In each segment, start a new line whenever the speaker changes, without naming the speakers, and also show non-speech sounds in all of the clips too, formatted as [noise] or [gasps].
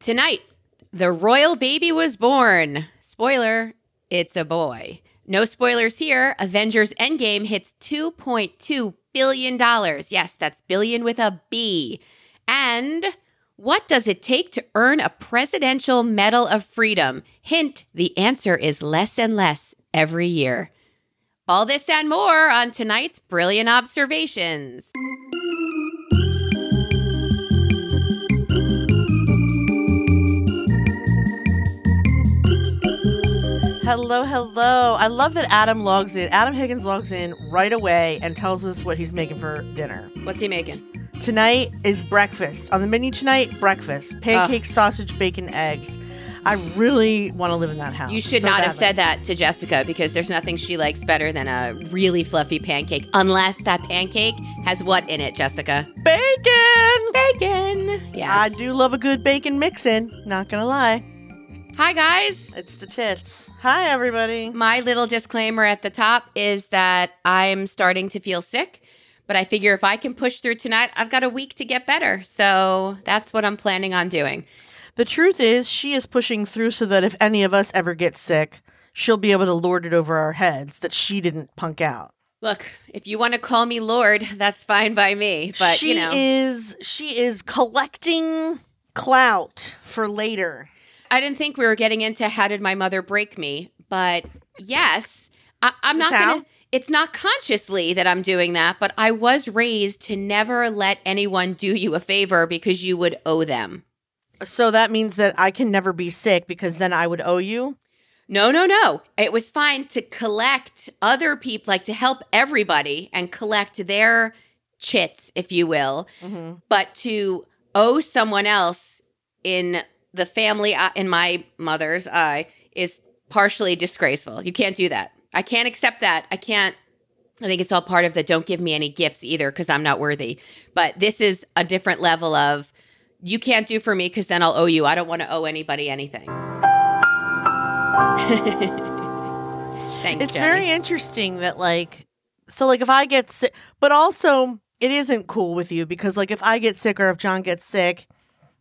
Tonight, the royal baby was born. Spoiler, it's a boy. No spoilers here. Avengers Endgame hits $2.2 billion. Yes, that's billion with a B. And what does it take to earn a Presidential Medal of Freedom? Hint the answer is less and less every year. All this and more on tonight's Brilliant Observations.
Hello, hello. I love that Adam logs in. Adam Higgins logs in right away and tells us what he's making for dinner.
What's he making?
Tonight is breakfast. On the menu tonight, breakfast. Pancakes, sausage, bacon, eggs. I really want to live in that house.
You should
Oh, so
not have
badly.
said that to Jessica because there's nothing she likes better than a really fluffy pancake, unless that pancake has what in it, Jessica?
Bacon!
Bacon.
I
Yes.
do love a good bacon mixin', not gonna lie.
Hi, guys.
It's the tits. Hi, everybody.
My little disclaimer at the top is that I'm starting to feel sick, but I figure if I can push through tonight, I've got a week to get better. So that's what I'm planning on doing.
The truth is, she is pushing through so that if any of us ever get sick, she'll be able to lord it over our heads that she didn't punk out.
Look, if you want to call me Lord, that's fine by me. But,
she
you know.
is she is collecting clout for later.
I didn't think we were getting into how did my mother break me, but yes, I- I'm
Is this
not going
how?
to. It's not consciously that I'm doing that, but I was raised to never let anyone do you a favor because you would owe them.
So that means that I can never be sick because then I would owe you.
No, no, no. It was fine to collect other people, like to help everybody and collect their chits, if you will. but to owe someone else in the family uh, in my mother's eye is partially disgraceful. You can't do that. I can't accept that. I can't. I think it's all part of the don't give me any gifts either because I'm not worthy. But this is a different level of you can't do for me because then I'll owe you. I don't want to owe anybody anything. [laughs] Thanks,
It's very interesting that like so like if I get sick, but also it isn't cool with you because like if I get sick or if John gets sick,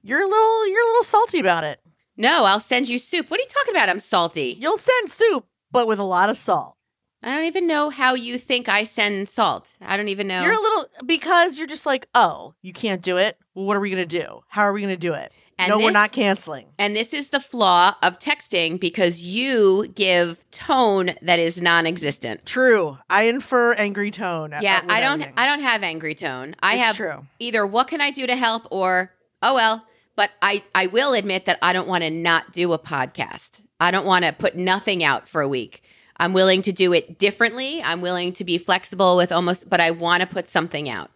you're a little you're a little salty about it.
No, I'll send you soup. What are you talking about? I'm salty.
You'll send soup, but with a lot of salt.
I don't even know how you think I send salt. I don't even know.
You're a little because you're just like, oh, you can't do it. Well, what are we gonna do? How are we gonna do it?
And
no, we're
this-
not canceling.
And this is the flaw of texting because you give tone that is non-existent.
True. I infer angry tone. at-
yeah,
at- with
I don't
everything.
I don't have angry tone. I
It's
have
true.
either what can I do to help or oh well, but I I will admit that I don't want to not do a podcast. I don't want to put nothing out for a week. I'm willing to do it differently. I'm willing to be flexible with almost but I want to put something out.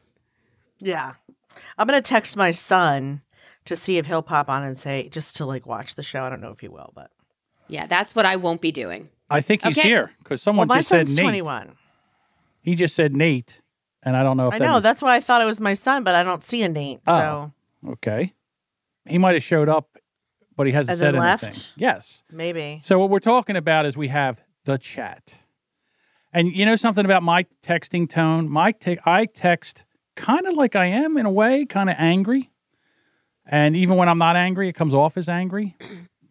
Yeah. I'm gonna text my son to see if he'll pop on and say just to like watch the show. I don't know if he will, but
Yeah, that's what I won't be doing.
I think he's
Okay.
here because
well,
someone
my
just said
son's
Nate.
21.
He just said Nate, and I don't know if
I
that
know
means-
that's why I thought it was my son, but I don't see a Nate.
Oh.
So
okay. He might have showed up, but he hasn't
And
said
then
anything.
left?
Yes.
maybe
So what we're talking about is we have the chat, and you know something about my texting tone. My te- I text kind of like I am in a way, kind of angry, and even when I'm not angry, it comes off as angry.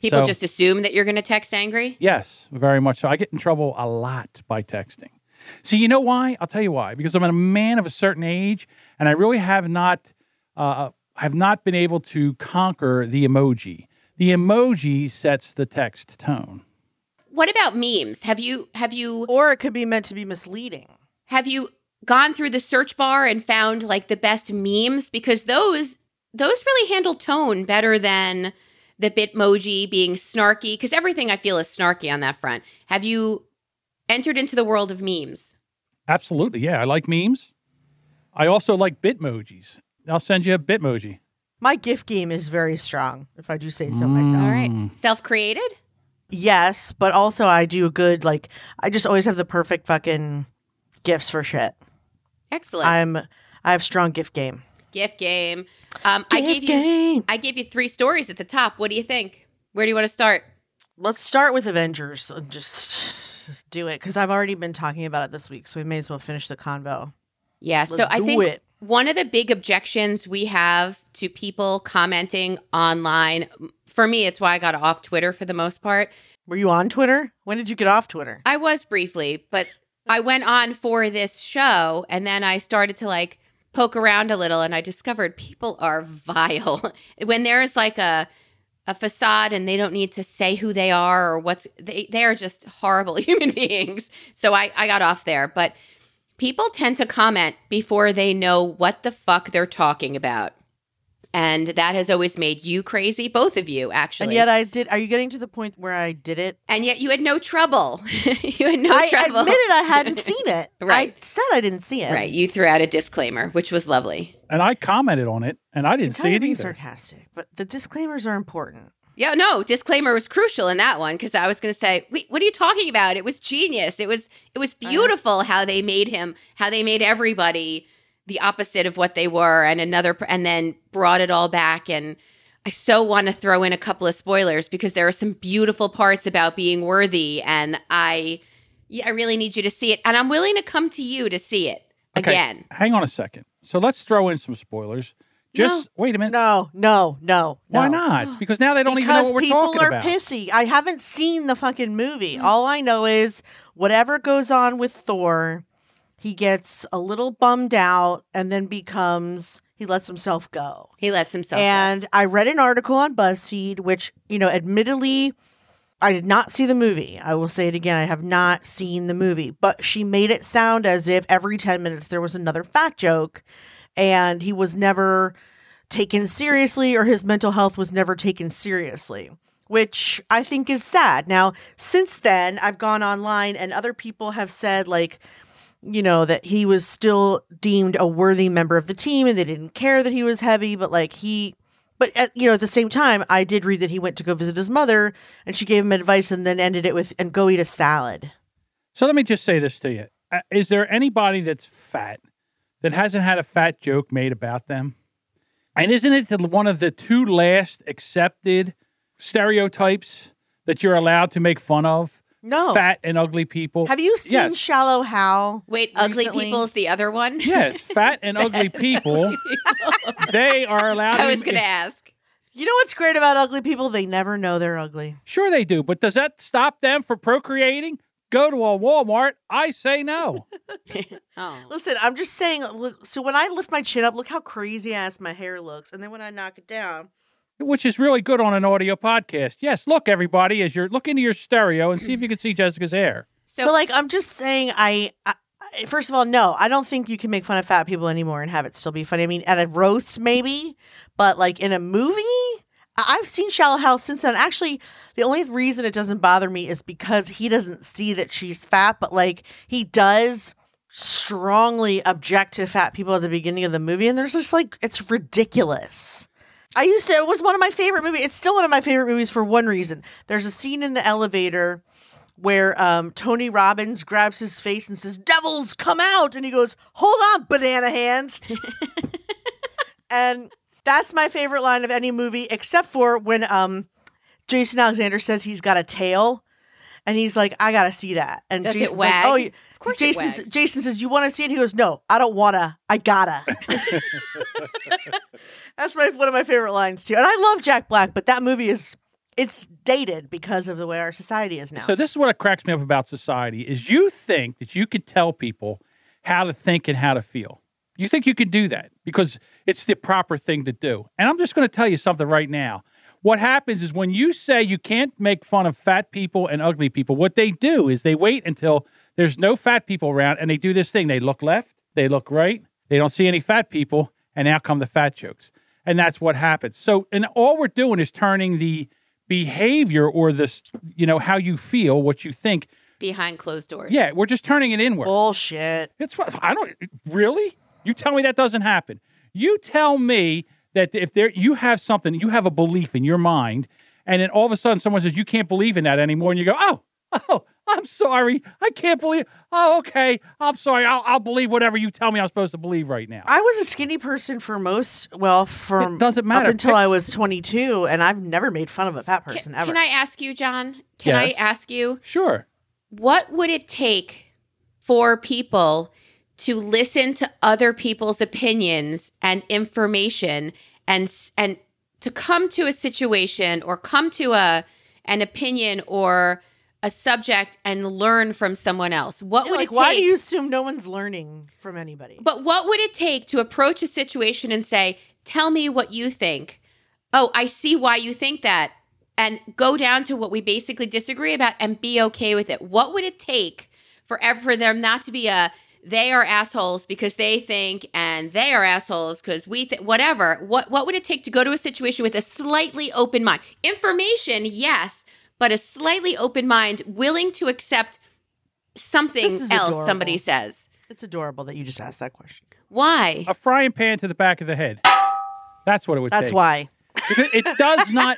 People
So-
just assume that you're going to text angry.
Yes, very much so. I get in trouble a lot by texting. See, you know why? I'll tell you why. Because I'm a man of a certain age, and I really have not, uh, have not been able to conquer the emoji. The emoji sets the text tone.
What about memes? Have you have you
or it could be meant to be misleading.
have you gone through the search bar and found like the best memes because those those really handle tone better than the bitmoji being snarky because everything i feel is snarky on that front have you entered into the world of memes
Absolutely, yeah. I like memes. I also like bitmojis. I'll send you a bitmoji.
My gift game is very strong, if I do say
Mm.
so myself.
all right self-created
Yes, but also I do a good like I just always have the perfect fucking gifts for shit.
excellent
I'm I have strong gift game.
gift game um i
Gift
gave you
game.
i gave you three stories at the top what do you think where do you want to start
Let's start with Avengers and just [laughs] do it because I've already been talking about it this week, so we may as well finish the convo.
yeah so
Let's
i
do
think
it.
one of the big objections we have to people commenting online, for me, it's why I got off Twitter for the most part.
Were you on Twitter? When did you get off Twitter?
I was briefly, but I went on for this show and then I started to like poke around a little and I discovered people are [laughs] vile. when there is like a a facade and they don't need to say who they are or what's they they are just horrible [laughs] human beings. So I I got off there, but people tend to comment before they know what the fuck they're talking about. And that has always made you crazy, both of you actually.
And yet I did. Are you getting to the point where I did it?
And yet you had no trouble. [laughs] you had no
I
trouble.
admitted I
[laughs]
hadn't seen it.
Right.
I said I didn't see it.
Right. You threw out a disclaimer, which was lovely.
And I commented on it, and I
I'm
didn't
trying
see
to
it
be
either.
sarcastic, but the disclaimers are important.
Yeah, no, disclaimer was crucial in that one because I was going to say, Wait, "What are you talking about? It was genius. It was it was beautiful how they made him, how they made everybody the opposite of what they were and another pr- and then brought it all back and I so want to throw in a couple of spoilers because there are some beautiful parts about being worthy and I yeah, I really need you to see it and I'm willing to come to you to see it
Okay.
again.
Hang on a second. So let's throw in some spoilers. Just wait a minute.
No, no, no.
Why
no. [gasps]
not? Because now they don't
because
even know what we're
people
talking
are
about.
pissy. I haven't seen the fucking movie. All I know is whatever goes on with Thor, he gets a little bummed out and then becomes he lets himself go.
He lets himself go.
And I read an article on BuzzFeed, which you know, admittedly, I did not see the movie. I will say it again. I have not seen the movie, but she made it sound as if every 10 minutes there was another fat joke and he was never taken seriously or his mental health was never taken seriously, which I think is sad. Now, since then, I've gone online and other people have said, like, you know, that he was still deemed a worthy member of the team and they didn't care that he was heavy, but like he. But at, you know, at the same time, I did read that he went to go visit his mother, and she gave him advice, and then ended it with, "And go eat a salad."
So let me just say this to you: Uh, Is there anybody that's fat that hasn't had a fat joke made about them? And isn't it the, one of the two last accepted stereotypes that you're allowed to make fun of?
No,
Fat and ugly people.
have you seen
Yes.
Shallow Hal?
Wait, ugly
recently-
people's the other one? [laughs]
[laughs] yes, fat and ugly people. they are allowed.
I was
to-
going to ask.
You know what's great about ugly people? They never know they're ugly.
Sure, they do. But does that stop them from procreating? Go to a Walmart. I say no.
Oh.
Listen, I'm just saying. Look, so when I lift my chin up, look how crazy ass my hair looks, and then when I knock it down,
which is really good on an audio podcast. Yes, look everybody, as you're look into your stereo and see if you can see Jessica's hair.
so,
So-
like I'm just saying, I, I I- first of all, no, I don't think you can make fun of fat people anymore and have it still be funny. I mean, at a roast maybe, but like in a movie. I- I've seen Shallow House since then. Actually, the only reason it doesn't bother me is because he doesn't see that she's fat, but like he does strongly object to fat people at the beginning of the movie, and there's just like it's ridiculous. I used to. It was one of my favorite movies. It's still one of my favorite movies for one reason. There's a scene in the elevator where um, Tony Robbins grabs his face and says, "Devils come out," and he goes, "Hold on,
[laughs]
banana hands." and that's my favorite line of any movie, except for when um, Jason Alexander says he's got a tail, and he's like, "I gotta see that." And
Does it
Jason's
wag?
like, "Oh." You,
Of course it
Jason, s-
wags.
Jason says, You want to see it? He goes, No, I don't want to. I
[laughs]
gotta. [laughs] That's my one of my favorite lines, too. And I love Jack Black, but that movie is. It's dated because of the way our society is now.
So this is what cracks me up about society is you think that you could tell people how to think and how to feel. You think you could do that because it's the proper thing to do. And I'm just going to tell you something right now. What happens is when you say you can't make fun of fat people and ugly people, what they do is they wait until there's no fat people around and they do this thing. They look left, they look right, they don't see any fat people, and now come the fat jokes. And that's what happens. So, and all we're doing is turning the behavior or this, you know, how you feel, what you think.
Behind closed doors.
Yeah, we're just turning it inward.
Bullshit.
It's what I don't really. You tell me that doesn't happen. You tell me that if there you have something, you have a belief in your mind, and then all of a sudden someone says you can't believe in that anymore, and you go, oh, oh, I'm sorry, I can't believe. Oh, okay, I'm sorry. I'll, I'll believe whatever you tell me I'm supposed to believe right now.
I was a skinny person for most, well, from
It doesn't matter.
up until I was 22, and I've never made fun of a fat person
Can,
ever.
can I ask you, John? Can
Yes.
I ask you,
sure.
what would it take for people to listen to other people's opinions and information and s- and to come to a situation or come to a an opinion or a subject and learn from someone else. What
Yeah,
would
like,
it
why
take?
do you assume no one's learning from anybody?
But what would it take to approach a situation and say, "Tell me what you think." Oh, I see why you think that. And go down to what we basically disagree about and be okay with it. What would it take for ever for them not to be a they are assholes because they think and they are assholes because we think whatever. What what would it take to go to a situation with a slightly open mind? Information, yes, but a slightly open mind, willing to accept something
This
else
is
somebody
adorable.
says.
it's adorable that you just asked that question.
Why?
A frying pan to the back of the head. That's what it would
That's
take.
why.
because it does not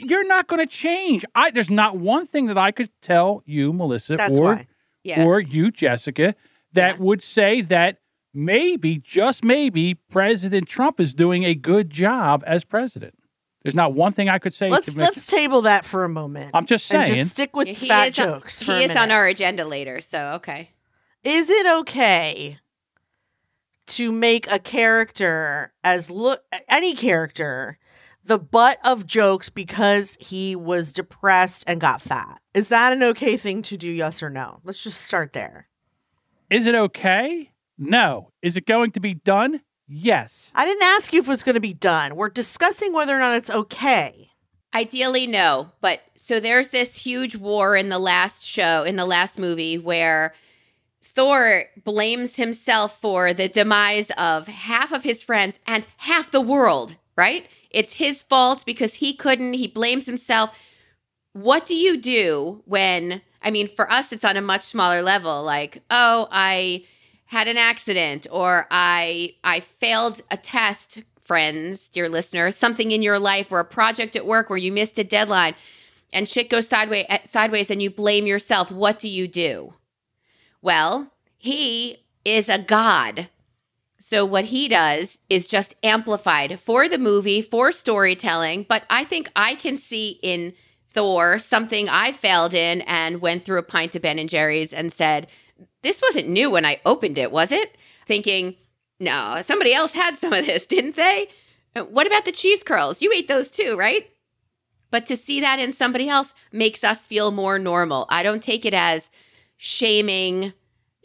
you're not going to change i there's not one thing that i could tell you melissa
That's
or
why.
Yeah.
or you jessica that
Yeah.
would say that maybe just maybe president trump is doing a good job as president there's not one thing i could say
Let's
to make-
let's table that for a moment.
i'm just
and
saying
just stick with
Yeah, he
fat
is on-
jokes for
he
a
is on
minute.
our agenda later, so okay.
is it okay to make a character as look any character the butt of jokes because he was depressed and got fat is that an okay thing to do yes or no let's just start there
is it okay no is it going to be done yes
i didn't ask you if it was going to be done we're discussing whether or not it's okay
Ideally, no. But so there's this huge war in the last show, in the last movie, where Thor blames himself for the demise of half of his friends and half the world, right? It's his fault because he couldn't. He blames himself. What do you do when, I mean, for us, it's on a much smaller level like, oh, I had an accident or I I failed a test, friends, dear listeners, something in your life or a project at work where you missed a deadline and shit goes sideways sideways and you blame yourself. What do you do? Well, he is a god. So what he does is just amplified for the movie, for storytelling, but I think I can see in Thor something I failed in and went through a pint of Ben and Jerry's and said, this wasn't new when I opened it, was it? Thinking, no, somebody else had some of this, [laughs] didn't they? Uh, What about the cheese curls? You ate those too, right? But to see that in somebody else makes us feel more normal. I don't take it as shaming,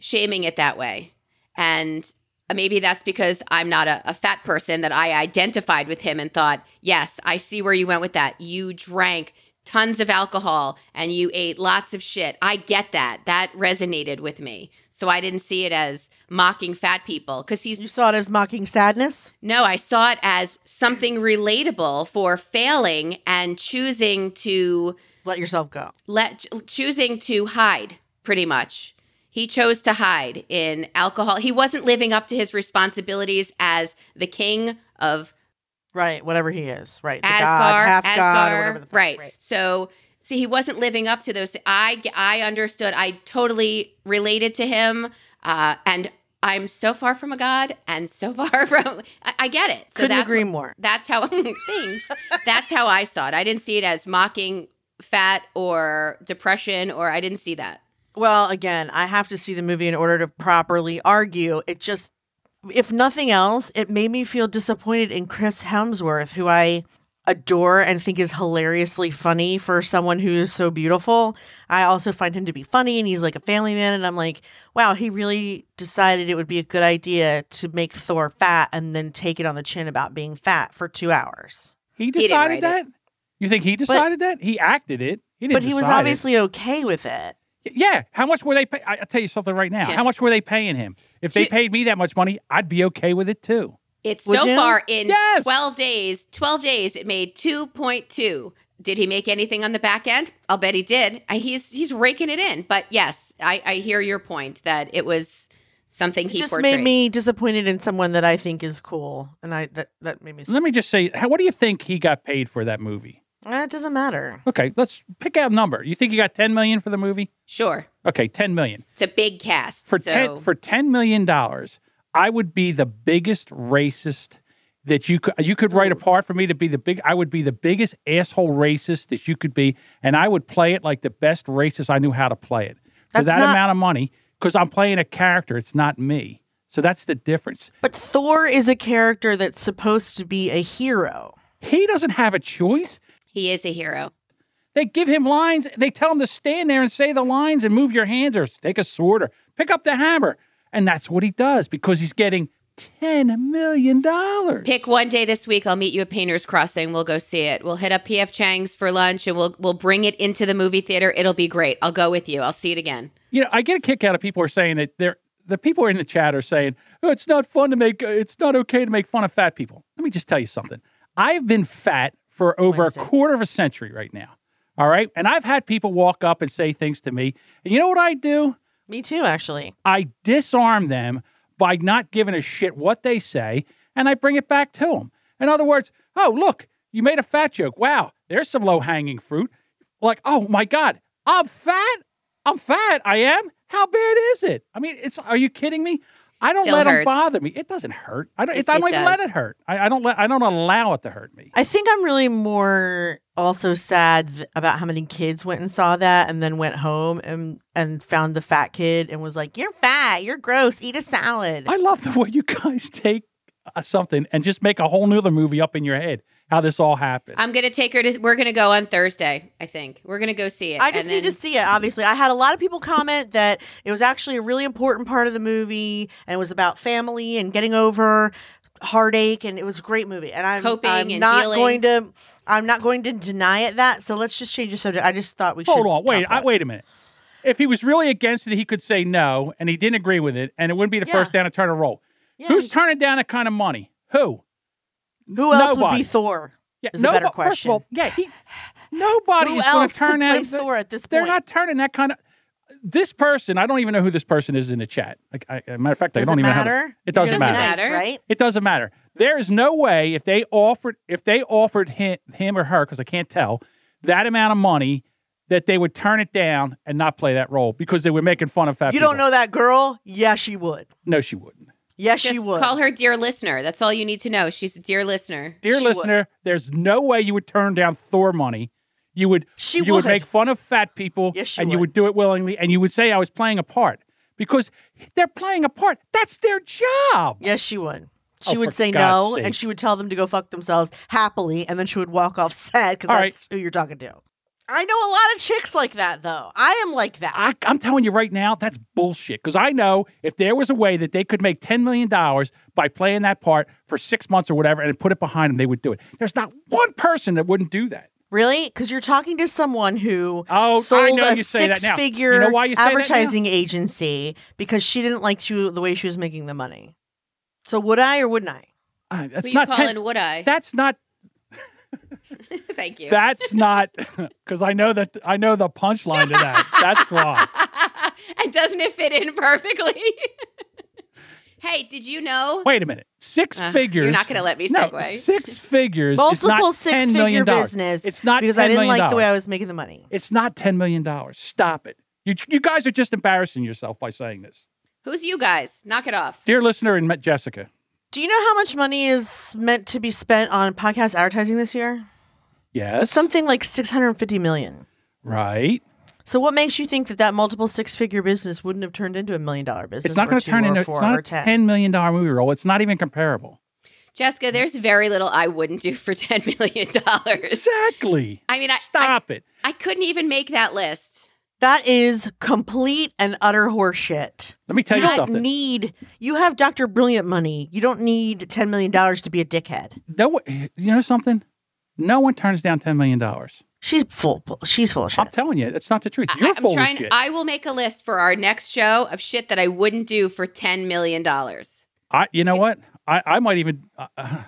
shaming it that way. And maybe that's because I'm not a, a fat person that I identified with him and thought, yes, I see where you went with that. You drank tons of alcohol and you ate lots of shit. I get that. That resonated with me. So I didn't see it as mocking fat people because he's
you saw it as mocking sadness
no, I saw it as something relatable for failing and choosing to
let yourself go
let choosing to hide pretty much. He chose to hide in alcohol. He wasn't living up to his responsibilities as the king of
right whatever he is right the god
Asgard,
half god or
Asgard,
whatever the fuck,
right. So, so he wasn't living up to those. thi- I, g- I understood. I totally related to him, uh, and I'm so far from a god, and so [laughs] far from. I, I get it. So
couldn't
that's
agree more
That's how [laughs] thanks. That's how I saw it. I didn't see it as mocking fat or depression, or I didn't see that.
Well, again, I have to see the movie in order to properly argue. It just, if nothing else, it made me feel disappointed in Chris Hemsworth, who I adore and think is hilariously funny for someone who is so beautiful. I also find him to be funny and he's like a family man. And I'm like, wow, he really decided it would be a good idea to make Thor fat and then take it on the chin about being fat for two hours.
he
didn't
decided
write
that you think he decided that he acted it he didn't
But he was
decide it.
obviously okay with it.
Yeah. How much were they? Pay- I, I'll tell you something right now.
Yeah.
How much were they paying him? If they
Two-
paid me that much money, I'd be okay with it too.
It's
Would
so
you?
far in
Yes!
12 days. 12 days it made 2.2. Did he make anything on the back end? I'll bet he did. I- He's he's raking it in. But yes, I I hear your point that it was something
It
he
just
portrayed.
made me disappointed in someone that I think is cool, and I that that made me.
Let me just say, how, what do you think he got paid for that movie?
Eh, it doesn't matter.
Okay, let's pick out a number. You think he got ten million for the movie?
sure.
Okay, ten million
It's a big cast.
for
so
ten for ten million dollars. I would be the biggest racist that you could you could write a part for me to be the big. I would be the biggest asshole racist that you could be, and I would play it like the best racist I knew how to play it for
That's
that
not-
amount of money. because I'm playing a character. It's not me. So that's the difference.
But Thor is a character that's supposed to be a hero.
He doesn't have a choice.
He is a hero.
They give him lines. They tell him to stand there and say the lines and move your hands or take a sword or pick up the hammer. And that's what he does because he's getting $10 million.
Pick one day this week. I'll meet you at Painter's Crossing. We'll go see it. We'll hit up PF Chang's for lunch and we'll we'll bring it into the movie theater. It'll be great. I'll go with you. I'll see it again.
You know, I get a kick out of people who are saying that they're, the people in the chat are saying, oh, it's not fun to make, it's not okay to make fun of fat people. Let me just tell you something. I've been fat for over a
Wednesday.
quarter of a century right now. All right. And I've had people walk up and say things to me. And you know what I do?
Me too, actually.
I disarm them by not giving a shit what they say, and I bring it back to them. In other words, oh, look, you made a fat joke. Wow, there's some low hanging fruit. Like, oh my God, I'm fat. I'm fat. I am. How bad is it? I mean, it's. Are you kidding me? I don't
Still
let them
hurts.
bother me. It doesn't hurt. I don't.
It-
It, I
it
don't even
does.
let it hurt. I, I don't let. I don't allow it to hurt me.
I think I'm really more also sad th- about how many kids went and saw that and then went home and and found the fat kid and was like, "You're fat. You're gross. Eat a salad."
I love the way you guys take uh, something and just make a whole nother movie up in your head. How this all happened.
I'm gonna take her to. We're gonna go on Thursday. I think we're gonna go see it.
I just
and
need to
then-
see it. Obviously, I had a lot of people comment that it was actually a really important part of the movie, and it was about family and getting over heartache, and it was a great movie. And I'm,
Coping
I'm
and
not
dealing.
going to, I'm not going to deny it that. So let's just change the subject. I just thought we should
Hold on, wait,
talk
I,
about it.
wait a minute. If he was really against it, he could say no, and he didn't agree with it, and it wouldn't be the
Yeah.
first down to turn a roll.
Yeah,
Who's
he-
turning down that kind of money? Who?
who else would
nobody.
be Thor?
Yeah,
Is a better
nobo- First of all, yeah, he, nobody
Who
is going
else
to
could
turn
play
out.
Thor at this
They're
point?
not turning that kind of. This person, I don't even know who this person is in the chat. Like, I, a matter of fact,
Does
I don't
it
even
matter?
have. a-
You're
It doesn't
gonna be
matter.
nice,
Matter.
right?
It doesn't matter. There is no way if they offered if they offered him him or her because I can't tell that amount of money that they would turn it down and not play that role because they were making fun of fat.
You
people.
don't know that girl? Yeah, she would.
No, she wouldn't.
Yes,
Just
she would.
call her dear listener. That's all you need to know. She's a dear listener.
Dear
She
listener, there's no way you would turn down Thor money. You would.
She
you
would.
make fun of fat people,
Yes, she
and you
would.
would do it willingly, and you would say I was playing a part because they're playing a part. That's their job.
Yes, she would.
Oh,
She would
for
say
God's
no,
sake.
and she would tell them to go fuck themselves happily, and then she would walk off [laughs] set because
All
that's who you're talking to. I know a lot of chicks like that, though. I am like that.
I, I'm telling you right now, that's bullshit. Because I know if there was a way that they could make $10 million by playing that part for six months or whatever and put it behind them, they would do it. There's not one person that wouldn't do that.
really? Because you're talking to someone who
Oh, I
sold
know
a
you say that now. You
six-figure
know why you say that now?
advertising agency because she didn't like you the way she was making the money. So would I or wouldn't I?
Uh,
Who
that's,
you
not
call
10,
in? Would I?
[laughs] that's not,
[laughs] Thank you.
that's not, [laughs] because I know that, I know the punchline to
[laughs]
that. That's why.
[laughs] and doesn't it fit in perfectly? [laughs] hey, did you know?
Wait a minute. Six
Ugh,
figures.
Uh, You're not going to let me
No,
segue.
six figures. is not
Multiple
$10
six-figure
million.
business.
It's not
because I
$10
didn't
million.
like the way I was making the money.
It's not $10 million. Stop it. You, you guys are just embarrassing yourself by saying this.
Who's you guys? Knock it off.
Dear listener and Jessica,
Do you know how much money is meant to be spent on podcast advertising this year?
Yes.
Uh, Something like 650 million.
right.
So what makes you think that that multiple six-figure business wouldn't have turned into a million-dollar business?
It's not
or
going to
two
turn
or
into
four
it's not
or
a
ten.
ten million dollar movie role. It's not even
[laughs]
comparable.
Jessica, there's very little I wouldn't do for $10 million.
Exactly.
I mean, I-
stop it.
I couldn't even make that list.
That is complete and utter horseshit.
Let me tell
you
you
don't
something.
need. You have Doctor Brilliant money. You don't need ten million dollars to be a dickhead.
no, one- you know something. No one turns down ten million dollars.
She's full. She's full of shit.
I'm telling you, that's not the truth.
I-
You're
I'm
full
trying,
of shit. I,
I will make a list for our next show of shit that I wouldn't do for $10 million.
you know what? I, I might even. Uh, uh,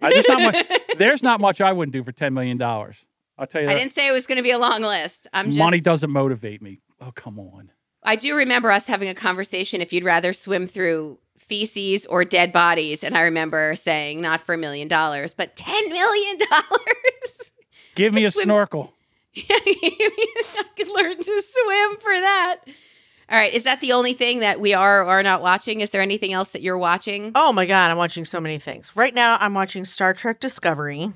I, there's not much.
[laughs]
There's not much I wouldn't do for ten million dollars. I'll tell you
I
that.
didn't say it was going to be a long list. I'm just,
Money doesn't motivate me. Oh come on.
I do remember us having a conversation if you'd rather swim through feces or dead bodies. And I remember saying, not for a million dollars, but $10 million. [laughs]
Give me a snorkel.
I could learn to swim for that. All right. Is that the only thing that we are or are not watching? Is there anything else that you're watching?
Oh my god, I'm watching so many things. Right now I'm watching Star Trek Discovery.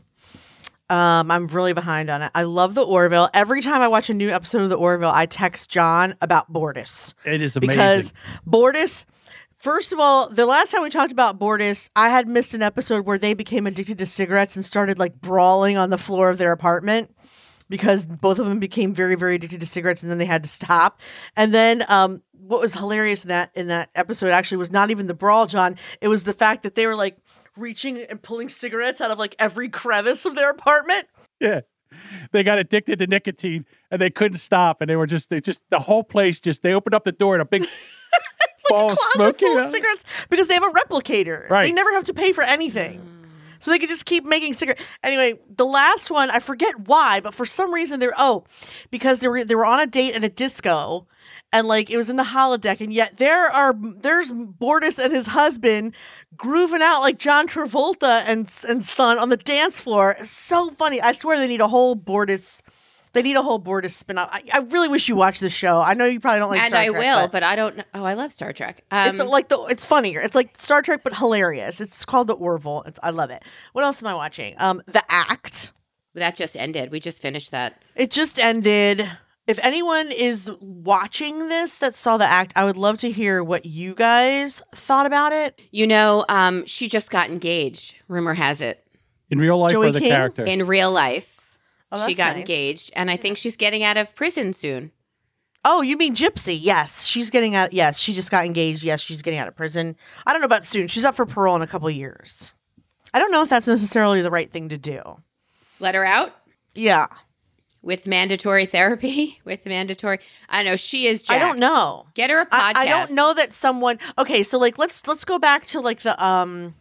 Um, I'm really behind on it. I love the Orville. Every time I watch a new episode of the Orville, I text John about Bortis
It is amazing.
because Bortis. First of all, the last time we talked about Bortis, I had missed an episode where they became addicted to cigarettes and started like brawling on the floor of their apartment because both of them became very, very addicted to cigarettes and then they had to stop. And then um, what was hilarious in that in that episode actually was not even the brawl, John. It was the fact that they were like reaching and pulling cigarettes out of like every crevice of their apartment.
[laughs] yeah. They got addicted to nicotine and they couldn't stop. And they were just, they just, the whole place just, they opened up the door and
[laughs]
a big ball
closet
of smoke.
full
came
of
out.
cigarettes because they have a replicator. They
Right.
never have to pay for anything. So they could just keep making cigarettes. Anyway, the last one, I forget why, but for some reason they're oh, because they were they were on a date at a disco and like it was in the holodeck and yet there are there's Bortis and his husband grooving out like John Travolta and and son on the dance floor. It's so funny. I swear they need a whole Bortis they need a whole Bortis spin-off. I, I really wish you watched the show. I know you probably don't like
and
Star
I
Trek,
will,
but-
but, I don't know. Oh, I love Star Trek. Um,
it's like the it's funnier. It's like Star Trek but hilarious. It's called the Orville. It's, I love it. What else am I watching? Um, The Act.
that just ended. We just finished that.
It just ended. If anyone is watching this that saw The Act, I would love to hear what you guys thought about it.
You know, um, she just got engaged. Rumor has it
In real life
Joey
or the
King?
character?
in real life.
Oh,
she
that's
got
nice.
engaged, and I think she's getting out of prison soon.
Oh, you mean Gypsy? Yes, she's getting out. Yes, she just got engaged. Yes, she's getting out of prison. I don't know about soon. She's up for parole in a couple years. I don't know if that's necessarily the right thing to do.
Let her out
Yeah,
with mandatory [laughs] therapy. With mandatory, I know she is. Jacked.
I don't know.
Get her a podcast.
I, I don't know that someone okay so like let's let's go back to like the um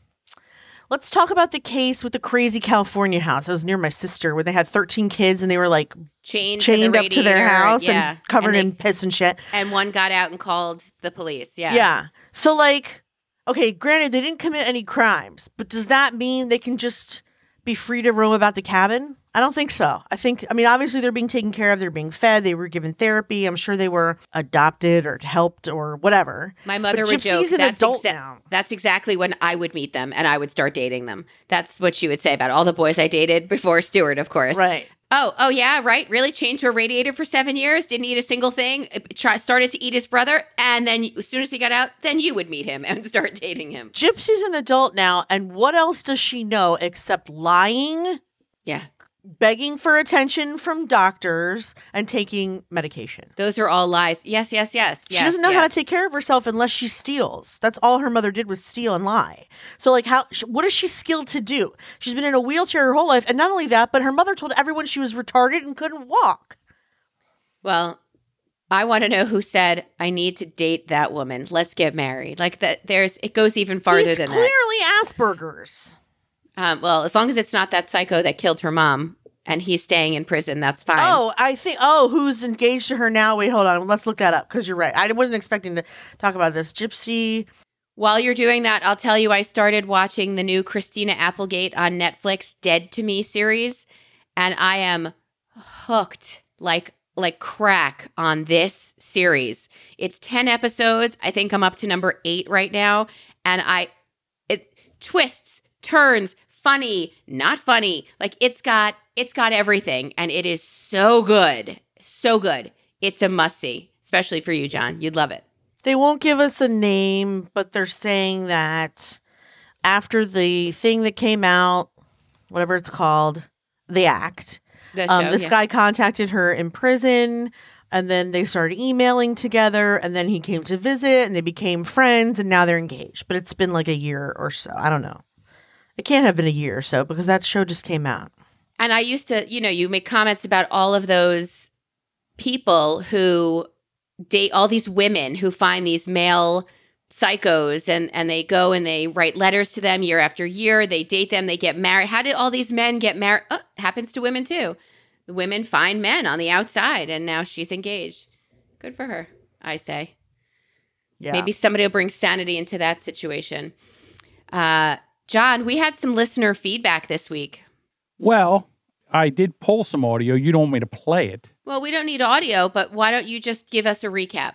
let's talk about the case with the crazy california house i was near my sister where they had 13 kids and they were like
Chained, to the
chained up to their
radiator,
house
yeah.
and covered
they-
in piss and shit
And one got out and called the police. Yeah.
yeah. so like okay granted they didn't commit any crimes but does that mean they can just be free to roam about the cabin i don't think so i think i mean obviously they're being taken care of they're being fed they were given therapy i'm sure they were adopted or helped or whatever
My mother
But
would
Gypsy's
joke.
an
that's
adult
exac-
now."
That's exactly when I would meet them and I would start dating them. That's what she would say about all the boys I dated before Stewart, of course.
right
Oh, oh yeah, right. Really chained to a radiator for seven years, didn't eat a single thing. uh, Try, started to eat his brother, and then as soon as he got out, then you would meet him [laughs] and start dating him.
Gypsy's an adult now, and what else does she know except lying,
Yeah,
begging for attention from doctors, and taking medication?
those are all lies. Yes, yes, yes. yes
she doesn't know
yes.
how to take care of herself unless she steals. That's all her mother did was steal and lie. So, like, how? sh- What is she skilled to do? She's been in a wheelchair her whole life, and not only that, but her mother told everyone she was retarded and couldn't walk.
Well, I want to know who said I need to date that woman. Let's get married. Like that. There's it goes even farther
He's
than
clearly
that.
Asperger's.
Um, well, as long as it's not that psycho that killed her mom and he's staying in prison, that's fine.
Oh, I think. Oh, who's engaged to her now? Wait, hold on. Let's look that up because you're right. I wasn't expecting to talk about this. Gypsy.
While you're doing that, I'll tell you I started watching the new Christina Applegate on Netflix Dead to Me series and I am hooked like like crack on this series. It's 10 episodes. I think I'm up to number 8 right now and I it twists, turns, funny, not funny. Like it's got it's got everything and it is so good. So good. It's a must see, especially for you, John. You'd love it.
They won't give us a name, but they're saying that after the thing that came out, whatever it's called, the act,
The
um,
show,
this
yeah.
guy contacted her in prison and then they started emailing together and then he came to visit and they became friends and now they're engaged. But it's been like a year or so. I don't know. It can't have been a year or so because that show just came out.
And I used to, you know, you make comments about all of those people who date all these women who find these male psychos and and they go and they write letters to them year after year, they date them, they get married. How did all these men get married? Oh, happens to women too. The women find men on the outside and now she's engaged. Good for her, I say.
Yeah.
Maybe somebody will bring sanity into that situation. Uh John, we had some listener feedback this week.
Well, I did pull some audio. You don't want me to play it.
Well, we don't need audio, but why don't you just give us a recap?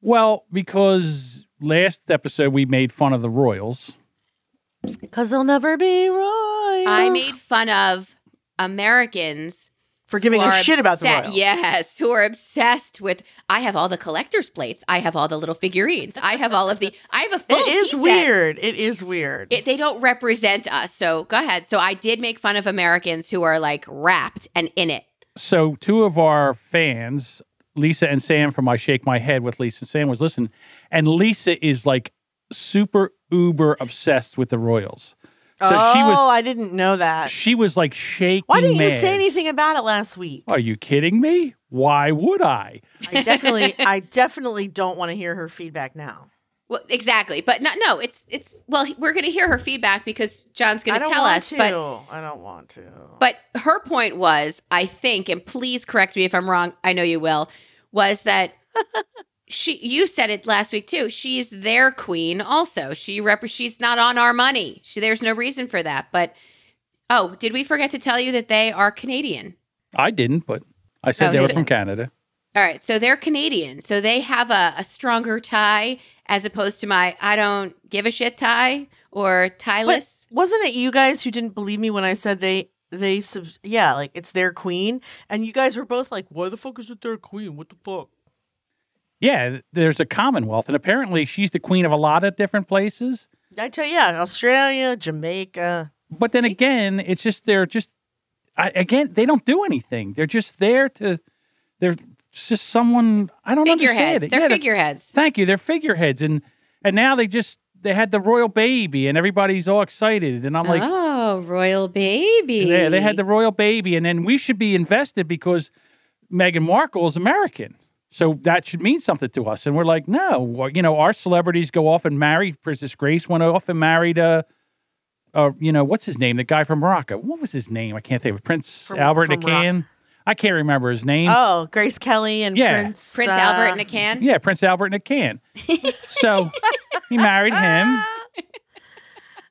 Well, because last episode we made fun of the Royals.
Because they'll never be royal.
I made fun of Americans
for giving
who
a
are
shit about the
obsessed-
royals.
Yes, who are obsessed with. I have all the collector's plates. I have all the little figurines. I have all of the. I have a full.
[laughs] It
tea
is
set.
weird. It is weird.
It, they don't represent us. So go ahead. So I did make fun of Americans who are like wrapped and in it.
So two of our fans, Lisa and Sam from I Shake My Head with Lisa and Sam was listening. And Lisa is like super uber obsessed with the Royals. So
oh,
she was
I didn't know that.
she was like shaking.
Uh, Why didn't you
mad.
say anything about it last [laughs] week?
Are you kidding me? Why would I?
I definitely, I definitely don't want to hear her feedback now.
Well, exactly. But no, no. It's it's. Well, we're going to hear her feedback because John's
I
going to
don't
tell
want
us.
to.
But
I don't want to.
But her point was, I think, and please correct me if I'm wrong. I know you will. Was
[laughs]
that she? You said it last week too. She's their queen. Also, she rep. She's not on our money. She, there's no reason for that. But oh, did we forget to tell you that they are Canadian?
I didn't, but I said
Oh,
they were
so-
from Canada.
All right, so they're Canadian, so they have a, a stronger tie as opposed to my I don't give a shit tie or tieless.
But wasn't it you guys who didn't believe me when I said they they sub- yeah like it's their queen and you guys were both like why the fuck is it their queen what the fuck
Yeah, there's a Commonwealth, and apparently she's the queen of a lot of different places.
I tell you yeah Australia Jamaica
But then again, it's just they're just I, again they don't do anything. They're just there to they're just someone I don't understand
figureheads.
it.
They're
Yeah,
figureheads.
Thank you. They're figureheads, and and now they just they had the royal baby, and everybody's all excited, and I'm like,
Uh-huh.
oh, royal baby.
yeah, they had the royal baby, and then we should be invested because Meghan Markle is American. So that should mean something to us. And we're like, no, well, you know, our celebrities go off and marry. Princess Grace went off and married, uh, uh, you know, what's his name? The guy from Morocco. What was his name? I can't think of it. Prince
From-
Albert
from
Nican. I can't remember his name.
oh Grace Kelly and
Yeah.
Prince
Prince
uh,
Albert in a can.
Yeah, Prince Albert Nican. so he
[laughs]
married him.
uh,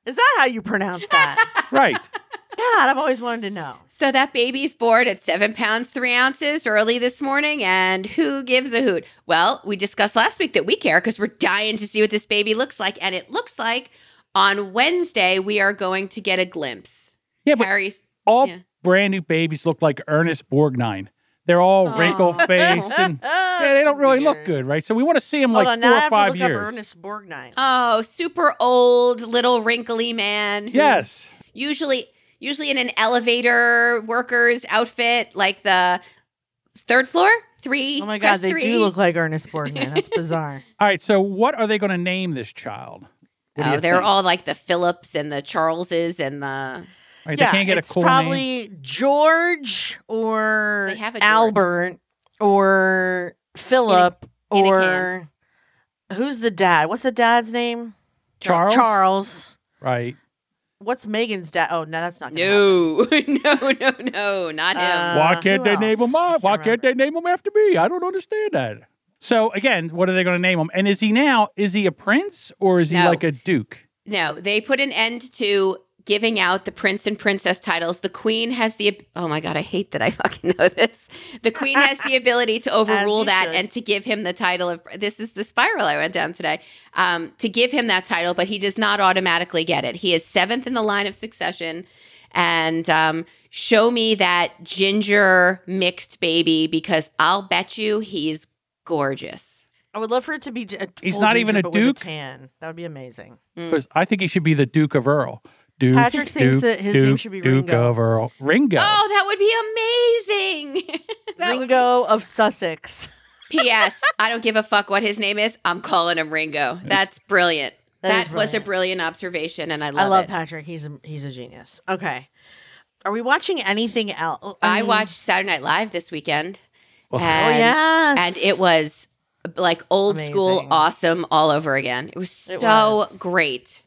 is that how you pronounce
[laughs]
that
Right.
God I've always wanted to know
So that baby's born at seven pounds, three ounces early this morning. And who gives a hoot? Well, we discussed last week that we care because we're dying to see what this baby looks like. And it looks like on Wednesday, we are going to get a glimpse.
Yeah, but
Harry's.
all
Yeah.
brand new babies look like Ernest Borgnine. They're all
Aw.
wrinkle faced and yeah, they don't really look
Weird.
good, right? So we want to see them
Hold
like
on, now I
four or
have to
five
look up
years.
Ernest Borgnine
Oh, super old, little wrinkly man. who's
Yes,
Usually, usually in an elevator worker's outfit, like the third floor, three.
oh my God
press
they
three.
do look like Ernest
[laughs]
Borgnine that's bizarre
All right. So what are they going to name this child? What do
Oh,
you
they're
think?
all like the Phillips and the Charleses and the
All right, they can't get
it's
a cool name.
probably George or
They have a George.
Albert or Philip
In a- in a
or who's the dad? What's the dad's name?
Charles.
Charles.
Right.
What's Megan's dad? Oh no, that's not. gonna
No, [laughs] no, no, no, not him.
Uh,
Why can't
who
they name
else?
him? Why
Can't
why can't they name him after me? I don't understand that. So again, what are they going to name him? And is he now? Is he a prince or is he
No.
like a duke?
no, they put an end to giving out the prince and princess titles. The queen has the ab- oh my god, I hate that I fucking know this. The queen has
[laughs]
the ability to overrule
you
that
should.
and to give him the title of this is the spiral I went down today. Um, to give him that title, but he does not automatically get it. He is seventh in the line of succession. And um, show me that ginger mixed baby because I'll bet you he's gorgeous.
I would love for it to be. j- A
He's
full
not even
ginger,
a
but with
duke?
tan. That would be amazing.
Because I think he should be the Duke of Earl. Duke,
Mm. Patrick thinks
Duke,
that his
Duke,
name should be
Duke
Ringo.
of Earl. Ringo.
Oh, that would be amazing. [laughs] [laughs] That would-
Ringo of Sussex.
P.S. I don't give a fuck what his name is. I'm calling him Ringo. That's brilliant.
That
That, was
is
a
brilliant.
brilliant observation, and I love,
I love
it.
Patrick. He's a, he's a genius. Okay. Are we watching anything else?
I
mean-
watched Saturday Night Live this weekend,
Oh,
Oh
and,
yes,
and it was like old school
Amazing.
awesome all over again. It was so
It was.
great.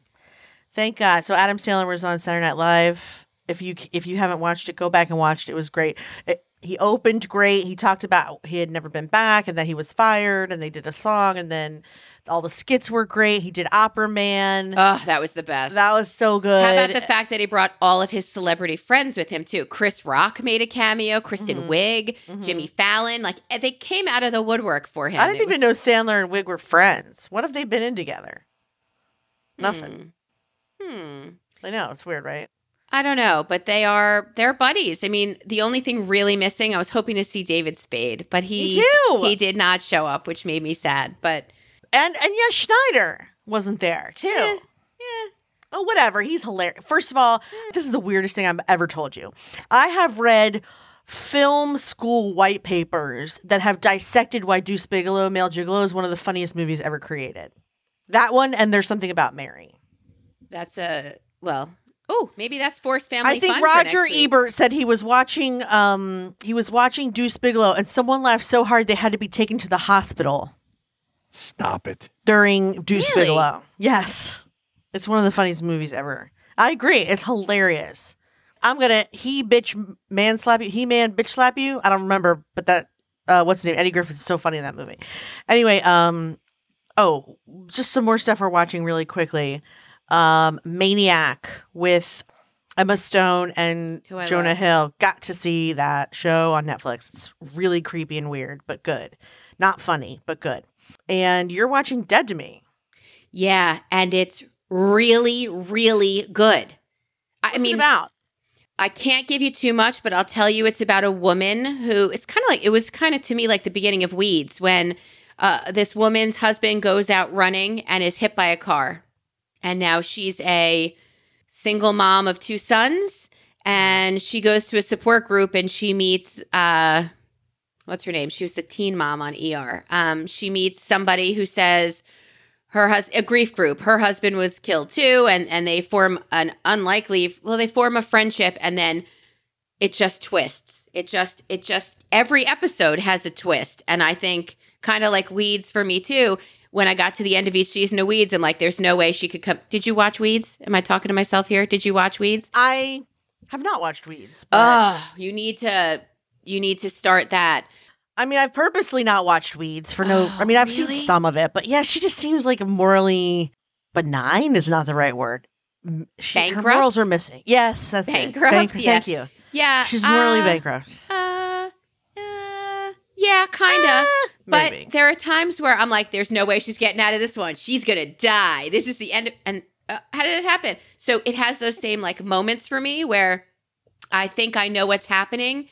Thank God. So Adam Sandler was on Saturday Night Live. If you if you haven't watched it, go back and watch it. It was great. It, he opened great. He talked about he had never been back, and then he was fired, and they did a song, and then all the skits were great. He did Opera Man.
Oh, that was the best.
that was so good.
How about the fact that he brought all of his celebrity friends with him too? Chris Rock made a cameo, Kristen
Mhm.
Wiig,
Mhm.
Jimmy Fallon. Like eh, they came out of the woodwork for him.
I didn't
It
even
was-
know Sandler and Wig were friends. What have they been in together? Nothing.
Hmm. Hmm.
I know it's weird, right?
I don't know, but they are they're buddies. I mean, the only thing really missing, I was hoping to see David Spade, but
Me
he
too.
he did not show up, which made me sad. But
And and yeah, Schneider wasn't there too.
eh, eh.
Oh, whatever. He's hilarious. First of all, this is the weirdest thing I've ever told you. I have read film school white papers that have dissected why Deuce Bigelow, Male Gigolo, is one of the funniest movies ever created. That one, and there's something about Mary.
that's a well. Oh, maybe that's forced family.
I think
Fun for next
Roger
week.
Ebert said he was watching. Um, he was watching Deuce Bigelow, and someone laughed so hard they had to be taken to the hospital
Stop it.
during Deuce
Really?
Bigelow. Yes, it's one of the funniest movies ever. I agree. It's hilarious. I'm gonna he bitch man slap you. He man bitch slap you. I don't remember, but that uh, what's his name? Eddie Griffith is so funny in that movie. Anyway, um, oh, just some more stuff we're watching really quickly. Um, Maniac with Emma Stone and
Who I
Jonah
love.
Hill. Got to see that show on Netflix. It's really creepy and weird, but good. Not funny, but good. And you're watching Dead to Me.
Yeah, and it's really, really good. I
What's it
mean,
about
I can't give you too much, but I'll tell you it's about a woman who it's kind of like it was kind of to me like the beginning of Weeds when uh, this woman's husband goes out running and is hit by a car. And now she's a single mom of two sons. And she goes to a support group and she meets, uh, what's her name? She was the teen mom on ER. Um, she meets somebody who says, her husband a grief group her husband was killed too and and they form an unlikely well they form a friendship and then it just twists it just it just every episode has a twist and i think kind of like weeds for me too when i got to the end of each season of weeds i'm like there's no way she could come did you watch weeds am i talking to myself here did you watch weeds
I have not watched Weeds. But
oh you need to you need to start that
I mean, I've purposely not watched Weeds for no.
Oh,
I mean, I've
really?
seen some of it, but yeah, she just seems like morally benign is not the right word. M- She, her
Bankrupt?
morals are missing. Yes, that's it.
Bankrupt?
Bank-
Yeah.
Thank you.
yeah
She's morally
uh,
bankrupt.
uh, uh, yeah kind of
Eh,
But
maybe.
there are times where I'm like, there's no way she's getting out of this one. She's going to die. This is the end. Of, and uh, how did it happen? So it has those same like moments for me where I think I know what's happening.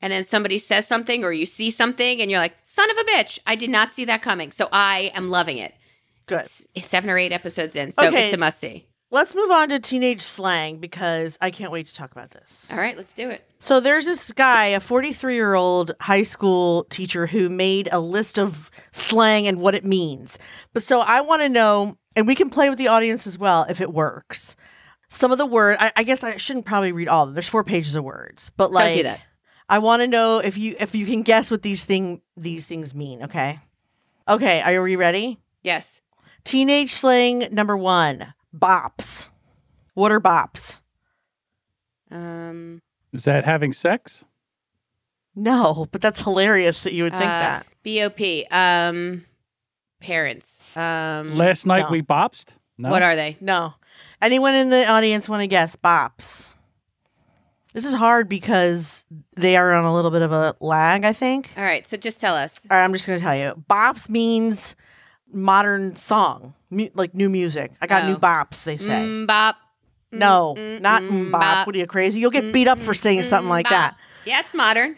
And then somebody says something or you see something and you're like, son of a bitch, I did not see that coming. So I am loving it.
Good.
S- eh, Seven or eight episodes in. So
Okay.
it's a must see.
Let's move on to teenage slang because I can't wait to talk about this.
All right, let's do it.
So there's this guy, a 43 year old high school teacher, who made a list of slang and what it means. But so I want to know, and we can play with the audience as well if it works. Some of the word, I, I guess I shouldn't probably read all of them. There's four pages of words, but like,
Don't do that.
I want to know if you if you can guess what these thing these things mean. Okay, okay. Are you ready?
Yes.
Teenage slang number one: bops. What are bops?
Um,
Is that having sex?
No, but that's hilarious that you would think
uh,
that.
BOP. Um, parents. Um,
Last night
Mm. no.
we bopsed? No.
What are they?
No. Anyone in the audience want to guess? Bops. This is hard because they are on a little bit of a lag, I think.
All right. So just tell us.
All right, I'm just going to tell you. Bops means modern song, mu- like new music. I got
Oh.
new bops, they say.
Mbop.
no,
Mm,
not
mm,
mm, bop. What are you crazy? You'll get beat up for saying something like
mbop.
that.
mm, Yeah, it's modern.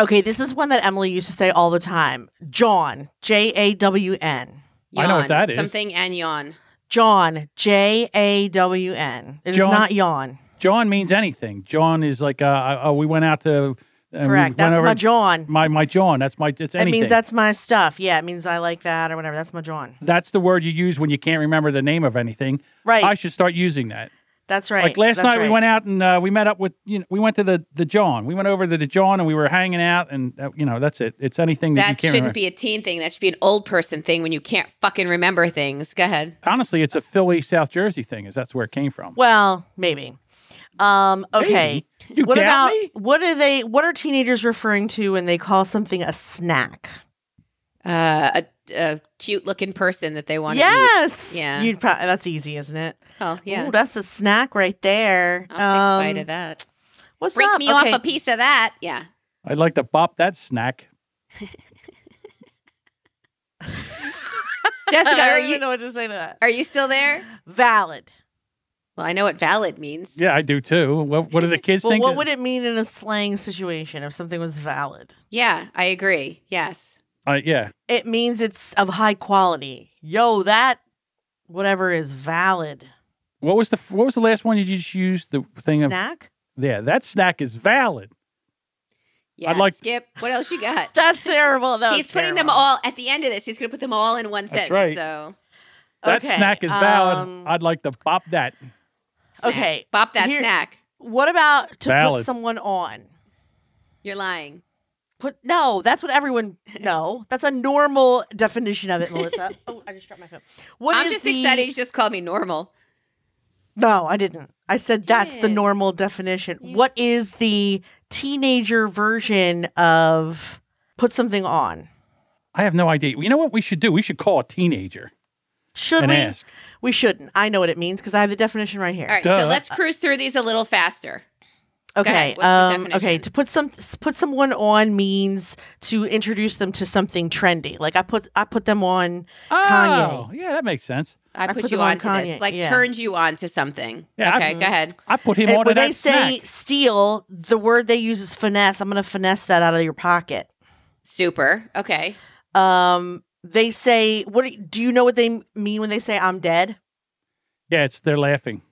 Okay, this is one that Emily used to say all the time. John, J A W N.
I know what
Yawn.
that is.
Something and yawn.
John, J A W N. It is
John.
not yawn.
John means anything. John is like, uh, oh, we went out to. and we
Correct.
went
That's
over-
my John.
My, my John. That's my. It's anything.
It means that's my stuff. Yeah, it means I like that or whatever. That's my John.
That's the word you use when you can't remember the name of anything.
Right.
I should start using that.
That's right.
Like last
That's
night, we
right.
went out and uh, we met up with you know we went to the the John. We went over to the John and we were hanging out and uh, you know that's it. It's anything that, you
That
can't
shouldn't
remember.
be a teen thing. That should be an old person thing when you can't fucking remember things. Go ahead.
Honestly, it's a Philly South Jersey thing. Is that's where it came from?
Well, maybe. Um. Okay.
Maybe. You
What
doubt
about
me?
what are they? What are teenagers referring to when they call something a snack?
Uh, a, a cute looking person that they want to eat.
yes.
Yeah.
You'd probably. That's easy, isn't it?
Oh, yeah.
Ooh, that's a snack right there.
I'll take a
Um,
bite of that.
What's
Break
up?
me
Okay.
off a piece of that. Yeah. [laughs]
I'd like to bop that snack.
Jessica,
I
are
don't even
you
[laughs] know what to say to that.
are you still there?
Valid.
Well, I know what valid means.
Yeah, I do too. What, what do the kids
Well,
think?
what would it mean in a slang situation if something was valid?
Yeah, I agree. Yes.
Uh, yeah,
It means it's of high quality. Yo, that whatever is valid.
What was the f- What was the last one you just used? The thing of
Snack?
yeah, that snack is valid.
Yeah.
I'd like-
Skip. What else you
[laughs]
got?
That's terrible. That
he's
was
putting them
Oh, terrible.
all at the end of this. He's going to put them all in one
That's
sentence.
right.
So
That
Okay,
snack is valid.
um,
I'd like to pop that.
snack.
Okay,
bop that
here-
snack.
What about to
Valid.
put someone on?
You're lying.
Put no, that's what everyone no. That's a normal definition of
[laughs]
it, Melissa. oh, I just dropped my phone. What
I'm
is
just
the-
excited you just called me normal.
No, I didn't. I said that's the
did.
normal definition.
You-
What is the teenager version of put something on?
I have no idea. You know what we should do? We should call a teenager
Should
and
we?
ask.
We shouldn't. I know what it means because I have the definition right here.
All right,
Duh.
so let's cruise through these a little faster. ahead.
Okay.
What's the
um, okay.
definition?
To put some s- put someone on means to introduce them to something trendy. Like I put I put them on.
Oh, yeah, that makes sense.
I, put,
put
you
them on
on to
Kanye,
this. Like
yeah.
turns you on to something.
Yeah,
okay,
I'm-
go ahead.
I put him
And
on
when
that
they say
snack.
steal, the word they use is finesse. I'm gonna finesse that out of your pocket.
Super. Okay.
Um, they say what? do- Do you know what they mean when they say I'm dead?
Yeah, it's they're laughing.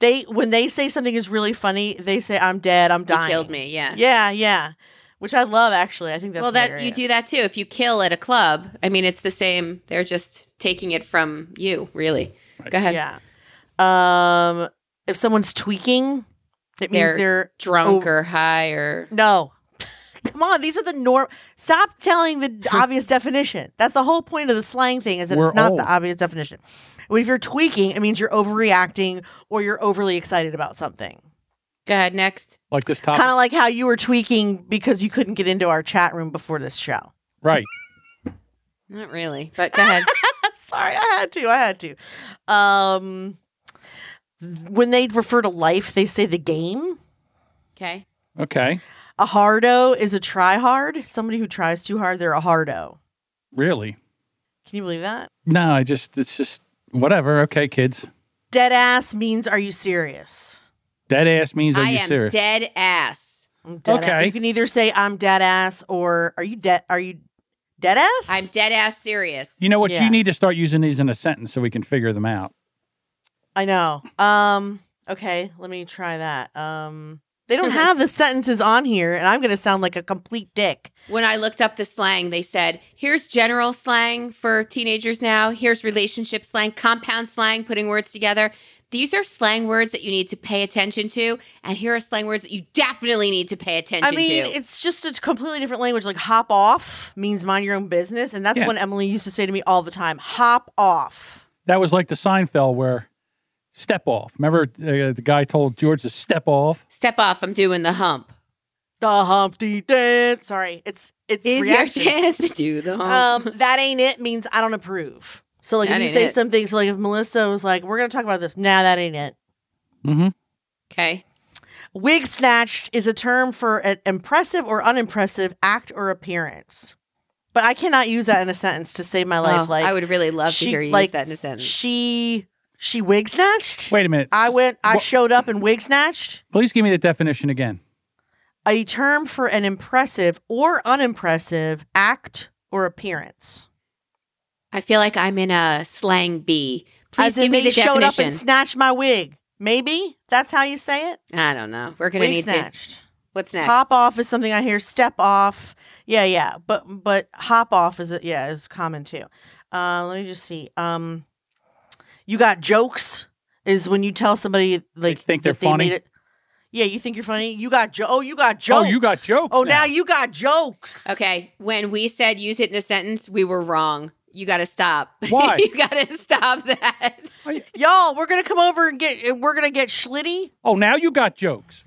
They when they say something is really funny, they say I'm dead. I'm
You
dying.
killed me. Yeah.
Yeah, yeah. Which I love actually. I think that's
well, that you do
hilarious.
that too. If you kill at a club, I mean, it's the same. They're just taking it from you, really.
Right.
Go ahead.
Yeah. Um, if someone's tweaking, it means
They're-
they're
Drunk
Oh.
or high or
No. Come on, these are the norm. Stop telling the obvious definition. That's the whole point of the slang thing is that
We're
it's not
old.
the obvious definition. When if you're tweaking, it means you're overreacting or you're overly excited about something.
go ahead next.
Like this topic.
Kind of like how you were tweaking because you couldn't get into our chat room before this show. [laughs]
right.
Not really, but go ahead.
Sorry, I had to. I had to. Um, when they refer to life, they say the game.
Okay.
Okay.
A hardo is a try hard. Somebody who tries too hard, they're a hardo.
Really?
Can you believe that?
No, I just it's just whatever. Okay, kids.
Dead ass means are you serious?
Dead ass means are
I
you
am
serious?
dead ass.
I'm dead ass.
Okay.
You can either say I'm dead ass or are you dead are you dead ass?
I'm dead ass serious.
You know what?
Yeah.
You need to start using these in a sentence so we can figure them out.
I know. Um okay, let me try that. Um they don't have the sentences on here and I'm going to sound like a complete dick.
When I looked up the slang, they said, here's general slang for teenagers now, here's relationship slang, compound slang, putting words together. These are slang words that you need to pay attention to, and here are slang words that you definitely need to pay attention
I mean,
to.
it's just a completely different language like hop off means mind your own business and that's
Yeah.
what Emily used to say to me all the time. Hop off.
That was like the Seinfeld where step off. Remember uh, the guy told George to step off?
Step off, I'm doing the hump.
The Humpty dance. Sorry. It's it's
Is your
reaction.
chance to do the hump.
um, that ain't it means I don't approve. So like
That
if you
ain't
say
it.
something, so like if Melissa was like, "We're gonna talk about this," nah, that ain't it.
Mm-hmm.
okay.
Wig snatched is a term for an impressive or unimpressive act or appearance, but I cannot use that in a sentence to save my life.
Oh,
like
I would really love
she-
to hear you
like,
use that in a sentence.
she she wig snatched.
Wait a minute.
I went. I
Wha-
showed up and wig snatched.
Please give me the definition again.
A term for an impressive or unimpressive act or appearance.
I feel like I'm in a slang bee. Please
As
give
in
me
they
the
showed up
definition.
and snatched my wig. Maybe that's how you say it.
I don't know. We're gonna
Wig
need to.
snatched.
What's next?
Hop off is something I hear. Step off, yeah, yeah. But but hop off is yeah is common too. Uh, let me just see. Um, you got jokes is when you tell somebody like
think they're
that they made
funny?
it- Yeah, you think you're funny. You got jo- oh you got jokes.
Oh, you got jokes.
Oh now you got jokes.
Okay, when we said use it in a sentence, we were wrong. You got to stop. [laughs]
Why?
you got to stop that.
Y'all, we're gonna come over and get and we're gonna get schlitty.
Oh, now you got jokes,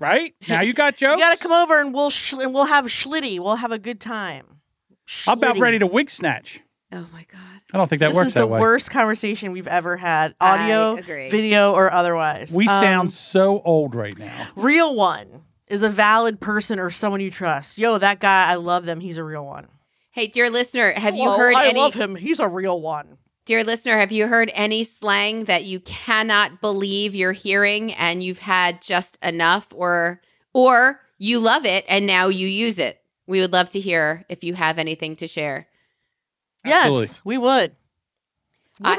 [laughs]
right? Now you got
You
jokes.
gotta come over and we'll schl- and we'll have schlitty. We'll have a good time.
I'm about
Schlitty.
ready to wig snatch.
Oh my god.
I don't think that
this
works
is the
that way.
worst conversation we've ever had,
I
audio,
agree.
video, or otherwise.
We
Um,
sound so old right now.
real one is a valid person or someone you trust. Yo, that guy, I love them. He's a real one.
Hey, dear listener, have you
Whoa,
heard
I
any
love him. He's a real one.
Dear listener, have you heard any slang that you cannot believe you're hearing and you've had just enough or or you love it and now you use it? We would love to hear if you have anything to share.
Absolutely.
Yes, we would. Would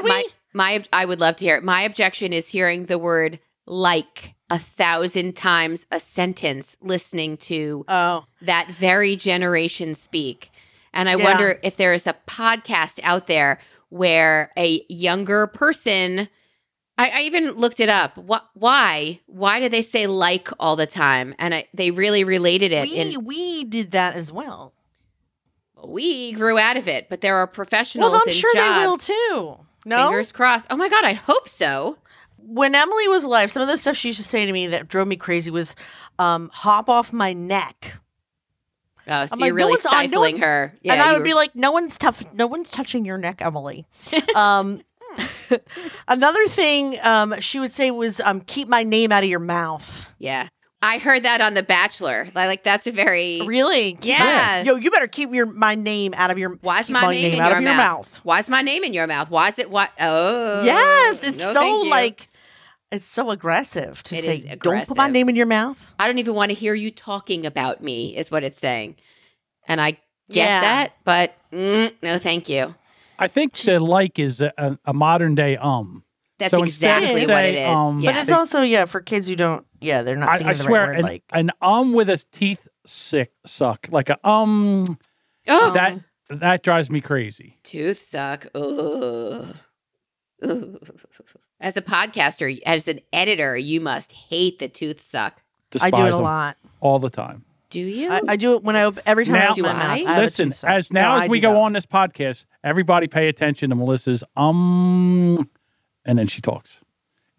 I,
we?
my my I would love to hear it. My objection is hearing the word like a thousand times a sentence listening to
oh,
that very generation speak. And I
Yeah.
wonder if there is a podcast out there where a younger person, I, I even looked it up. What, why? Why do they say like all the time? And I, they really related it.
we
in,
we did that as well.
we grew out of it, but there are professionals
Well, I'm
and
sure
jobs.
they will too. No,
Fingers crossed. Oh my God, I hope so.
when Emily was alive, some of the stuff she used to say to me that drove me crazy was, um, "Hop off my neck,"
Oh, so
I'm
you're
like, no
really
one's on- no
stifling
one-
her. Yeah,
and I
you
would
were-
be like, "No one's tough. No one's touching your neck,
[laughs]
Emily." um, another thing um, she would say was, um, "Keep my name out of your mouth."
yeah. I heard that on The Bachelor. Like, like that's a very
Really? Keep my-
Yeah.
yo, you better keep your my name out of your.
Why's
keep
my name in
out
your
of your
mouth?
mouth?
Why is my name in your mouth? Why is it what? Oh,
yes, it's
no,
so
thank you.
like, it's so aggressive to
It
say,
is
"Don't put my
aggressive.
name in your mouth."
I don't even want to hear you talking about me, is what it's saying, and I get
Yeah.
that, but mm, no, thank you.
I think the like is a, a, a modern day um.
That's
So instead
exactly
of
what
say,
it is.
um,
yeah.
But it's also yeah for kids who don't. Yeah, they're not.
I,
thinking
I
of the
swear,
right word,
an,
like
an um with a teeth sick suck, like a um.
oh,
That that drives me crazy.
tooth suck. Ooh. [laughs] Ooh. As a podcaster, as an editor, you must hate the tooth suck.
I
Despise
do it a
them
lot.
all the time.
Do you?
I, I do it when I op- every time I
Now-
open
Do
my mouth.
I?
I have a
Listen,
tooth suck.
as now
No, I
as we
do
go
not.
on this podcast, everybody pay attention to Melissa's um, and then she talks.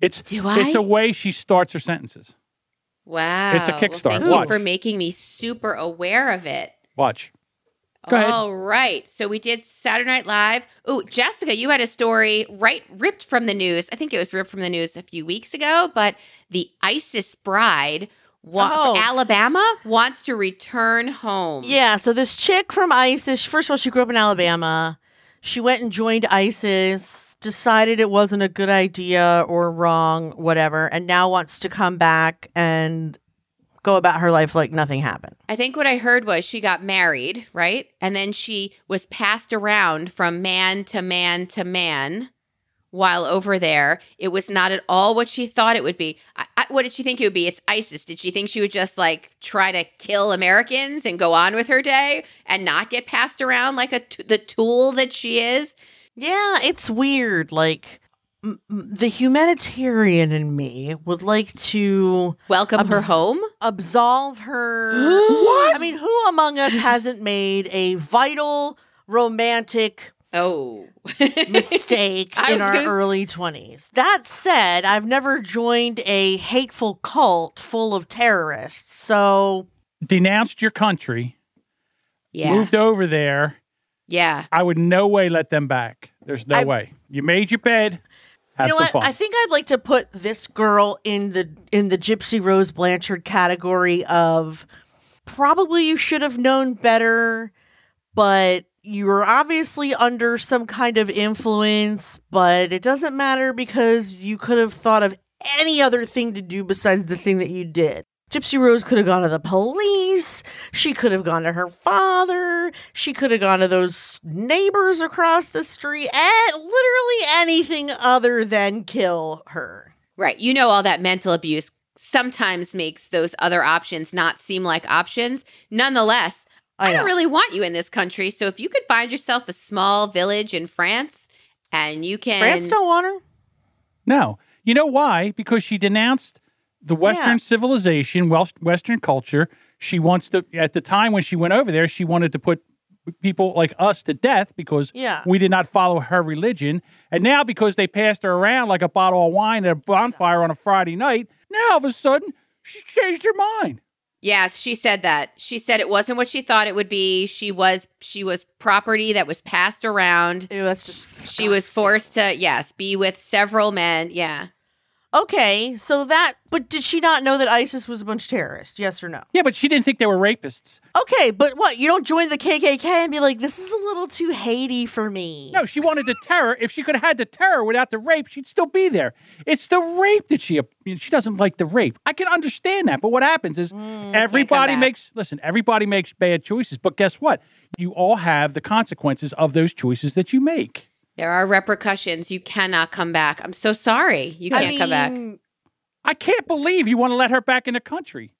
It's
Do I?
it's a way she starts her sentences.
wow.
It's a
Well,
kickstart.
thank
Watch.
you for making me super aware of it.
Watch. Go ahead.
All right. So we did Saturday Night Live. Oh, Jessica, you had a story right ripped from the news. I think it was ripped from the news a few weeks ago, but the ISIS bride wa-
Oh.
Alabama wants to return home.
Yeah, so this chick from ISIS, first of all, she grew up in Alabama. She went and joined ISIS, decided it wasn't a good idea or wrong, whatever, and now wants to come back and go about her life like nothing happened.
I think what I heard was she got married, right? And then she was passed around from man to man to man while over there. It was not at all what she thought it would be. I, I, what did she think it would be? It's ISIS. Did she think she would just like try to kill Americans and go on with her day and not get passed around like a t- the tool that she is?
Yeah, it's weird. Like, m- m- the humanitarian in me would like to
Welcome her
Abs-
home.
absolve her.
[gasps] What?
I mean, who among us hasn't made a vital romantic
[laughs] Oh,
mistake
I
in
was
our
gonna-
early 20s. That said, I've never joined a hateful cult full of terrorists. So,
Denounced your country,
yeah,
moved over there.
yeah.
I would no way let them back. There's no
I-
way. You made your bed. Have
you know
some
what?
fun.
I think I'd like to put this girl in the in the Gypsy Rose Blanchard category of probably you should have known better, but you were obviously under some kind of influence, but it doesn't matter because you could have thought of any other thing to do besides the thing that you did. Gypsy Rose could have gone to the police. She could have gone to her father. She could have gone to those neighbors across the street. And literally anything other than kill her.
Right. You know, all that mental abuse sometimes makes those other options not seem like options. Nonetheless, I,
I
don't
know.
really want you in this country. So if you could find yourself a small village in France and you can.
France don't want her.
No. You know why? Because she denounced the Western
Yeah.
civilization, West, Western culture. She wants to, at the time when she went over there, she wanted to put people like us to death because
Yeah.
we did not follow her religion. And now, because they passed her around like a bottle of wine at a bonfire on a Friday night, now all of a sudden she changed her mind.
Yes, she said that. She said it wasn't what she thought it would be. She was she was property that was passed around.
Ew, that's just
She was
disgusting.
forced to yes, be with several men. Yeah.
Okay, so that, but did she not know that ISIS was a bunch of terrorists? Yes or no?
Yeah, but she didn't think they were rapists.
Okay, but what? You don't join the KKK and be like, this is a little too Haiti for me.
No, she wanted the terror. If she could have had the terror without the rape, she'd still be there. It's the rape that she she doesn't like the rape. I can understand that, but what happens
Mm,
is everybody
back.
makes listen. Everybody makes bad choices, but guess what? You all have the consequences of those choices that you make.
There are repercussions. You cannot come back. I'm so sorry. You can't
I mean,
come back.
I can't believe you want to let her back in the country.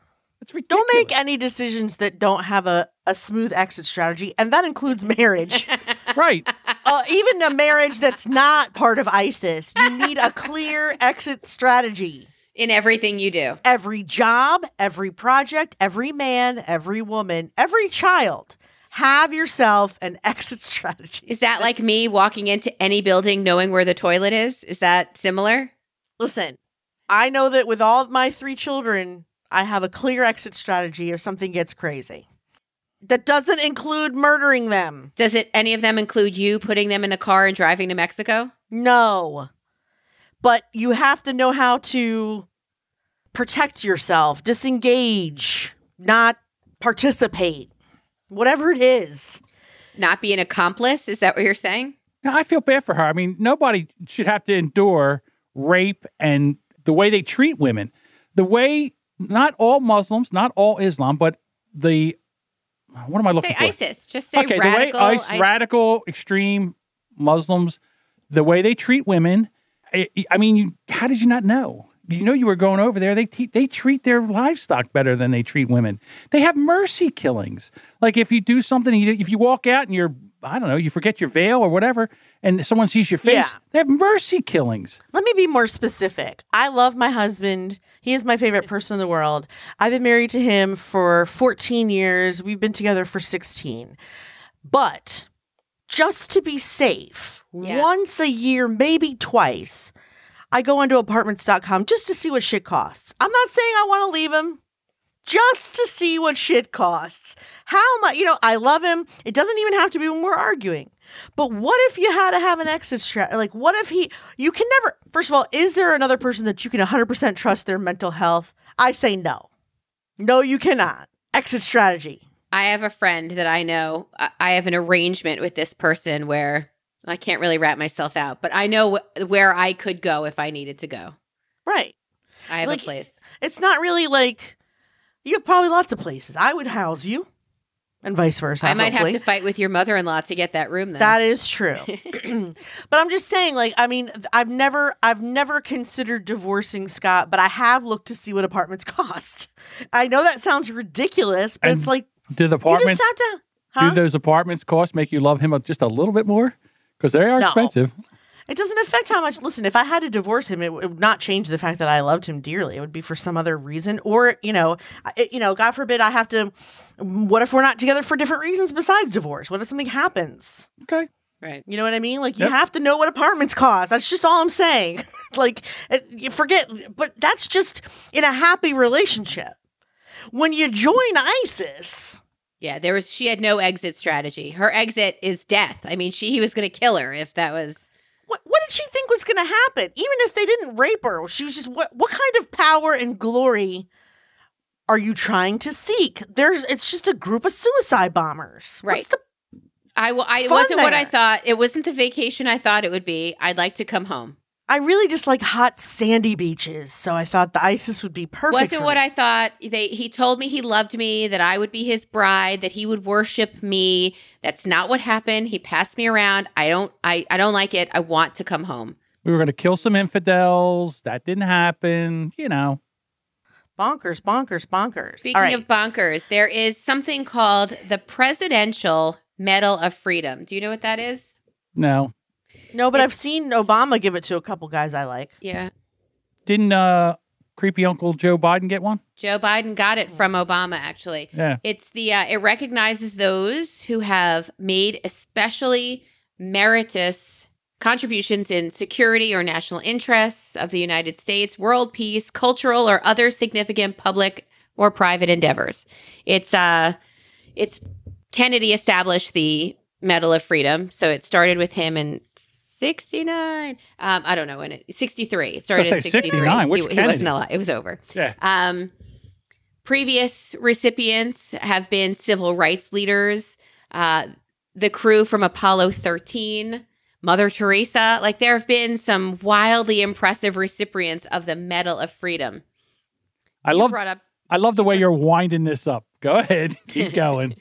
It's ridiculous.
Don't make any decisions that don't have a, a smooth exit strategy, and that includes marriage.
right.
uh, even a marriage that's not part of ISIS, you need a clear exit strategy.
In everything you do.
Every job, every project, every man, every woman, every child, have yourself an [laughs] exit strategy.
Is that like me walking into any building knowing where the toilet is? Is that similar?
Listen, I know that with all of my three children, I have a clear exit strategy if something gets crazy. That doesn't include murdering them.
Does it any of them include you putting them in a car and driving to Mexico?
No. But you have to know how to protect yourself, disengage, not participate, whatever it is.
Not be an accomplice? Is that what you're saying?
Now, I feel bad for her. I mean, nobody should have to endure rape and the way they treat women. The way not all Muslims, not all Islam, but the what am I looking
Say
for?
ISIS. Just say
okay,
radical.
the way ICE,
ISIS.
radical extreme Muslims, the way they treat women. I, I mean, you, how did you not know? You know, you were going over there. They te- they treat their livestock better than they treat women. They have mercy killings. Like if you do something, you, if you walk out and you're I don't know, you forget your veil or whatever, and someone sees your face.
Yeah.
They have mercy killings.
Let me be more specific. I love my husband. He is my favorite person in the world. I've been married to him for 14 years. We've been together for 16. But just to be safe,
Yeah.
once a year, maybe twice, I go onto apartments.com just to see what shit costs. I'm not saying I want to leave him. Just to see what shit costs. How much, you know, I love him. It doesn't even have to be when we're arguing. But what if you had to have an exit strategy? Like, what if he, you can never, first of all, is there another person that you can 100% trust their mental health? I say no. No, you cannot. Exit strategy.
I have a friend that I know. I- I have an arrangement with this person where I can't really wrap myself out, but I know wh- where I could go if I needed to go.
Right.
I have
Like-
a place.
It's not really like, you have probably lots of places. I would house you and vice versa.
I might
hopefully.
have to fight with your mother in law to get that room, though.
That
[laughs]
is true. [clears throat] but I'm just saying, like, I mean, th- I've never, I've never considered divorcing Scott, but I have looked to see what apartments [laughs] cost. I know that sounds ridiculous, but
And
it's like
Do the
you
apartments
just have to.
do
Huh?
those apartments cost make you love him just a little bit more? Because they are
No.
expensive.
it doesn't affect how much. Listen, if I had to divorce him, it, w- it would not change the fact that I loved him dearly. It would be for some other reason, or you know, I- it, you know, God forbid I have to. What if we're not together for different reasons besides divorce? What if something happens?
Okay.
right.
You know what I mean? Like you
Yep.
have to know what apartments cost. That's just all I'm saying. [laughs] like it- you forget, but that's just in a happy relationship. When you join ISIS,
Yeah, there was. She had no exit strategy. Her exit is death. I mean, she he was going to kill her if that was.
what, what did she think was going to happen? Even if they didn't rape her, she was just what what kind of power and glory are you trying to seek? There's it's just a group of suicide bombers. What's
Right.
the-
I, w- I it
Fun
wasn't what I
there.
thought. It wasn't the vacation I thought it would be. I'd like to come home.
I really just like hot sandy beaches, so I thought the ISIS would be perfect.
wasn't
for
what
me.
I thought. They he told me he loved me, that I would be his bride, that he would worship me. That's not what happened. He passed me around. I don't I I don't like it. I want to come home.
We were going to kill some infidels. That didn't happen. You know.
bonkers, bonkers, bonkers.
Speaking
all right.
of bonkers, there is something called the Presidential Medal of Freedom. Do you know what that is?
No.
No, but
It-
I've seen Obama give it to a couple guys I like.
Yeah.
Didn't uh, creepy Uncle Joe Biden get one?
Joe Biden got it
Hmm.
from Obama actually.
Yeah.
It's the uh, it recognizes those who have made especially meritorious contributions in security or national interests of the United States, world peace, cultural or other significant public or private endeavors. It's uh it's Kennedy established the Medal of Freedom, so it started with him and 69. Um, I don't know when it 63. It started
say
at 63.
69, which
he, he
Kennedy?
wasn't alive. It was over.
Yeah.
Um, previous recipients have been civil rights leaders, uh, the crew from Apollo 13, Mother Teresa. Like there have been some wildly impressive recipients of the Medal of Freedom.
I
You
love
brought up
I love the way you're winding this up. Go ahead. [laughs] Keep going.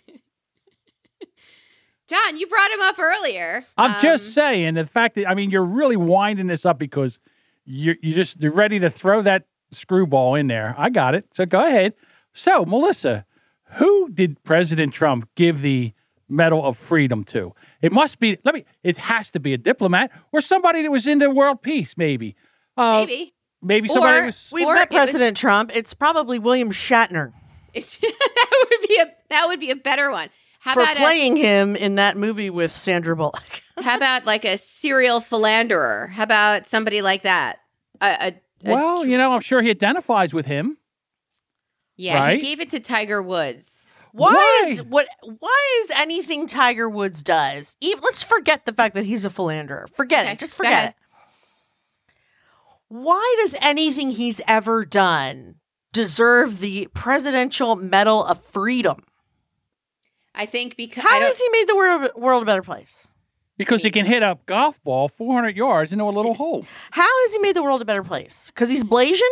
John. You brought him up earlier.
I'm just
Um,
saying the fact that I mean you're really winding this up because you you just you're ready to throw that screwball in there. I got it. So go ahead. So Melissa, who did President Trump give the Medal of Freedom to? It must be. Let me. It has to be a diplomat or somebody that was into world peace, maybe. Uh, maybe.
Um, maybe. [laughs]
somebody
Or-
was.
We've
Or
met
it was-
President Trump. It's probably William Shatner
that would be a that would be a better one. How
for
about a-
playing him in that movie with Sandra Bullock.
How about like a serial philanderer? How about somebody like that? A, a, a-
Well, you know, I'm sure he identifies with him.
yeah,
right?
he gave it to Tiger Woods.
Why,
Why?
is what? Why is anything Tiger Woods does? Even, let's forget the fact that he's a philanderer. Forget
Okay,
it. Just
go
forget
ahead.
it. Why does anything he's ever done deserve the Presidential Medal of Freedom?
I think because I
How
don't,
has he made the world, world a better place?
Because he can hit a golf ball 400 yards into a little hole.
How has he made the world a better place? Because he's blazing?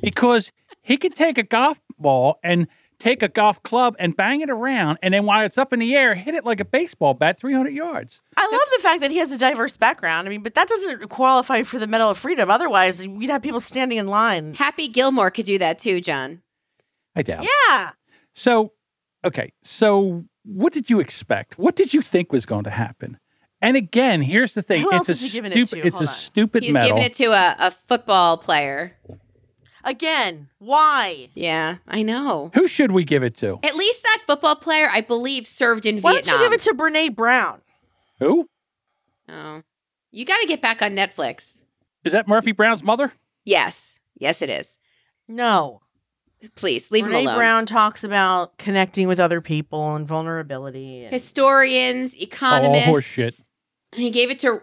because he could take a golf ball and take a golf club and bang it around, and then while it's up in the air, hit it like a baseball bat 300 yards.
I love the fact that he has a diverse background. I mean, but that doesn't qualify for the Medal of Freedom. Otherwise, we'd have people standing in line.
Happy Gilmore could do that too, John.
I doubt.
Yeah.
So, okay. So, what did you expect? What did you think was going to happen? And again, here's the thing:
Who else
it's a
is he
stupid,
giving it to?
it's a
Hold on.
stupid
He's
medal.
giving it to a, a football player.
Again, why?
Yeah, I know.
Who should we give it to?
At least that football player, I believe, served in
Why
Vietnam.
don't you give it to Brene Brown?
Who
oh, you got to get back on Netflix.
is that? Murphy Brown's mother?
Yes, yes, it is.
No.
Please leave
Brene
him alone.
Brown talks about connecting with other people and vulnerability. and-
Historians,
Oh,
economists.
horseshit.
He gave it to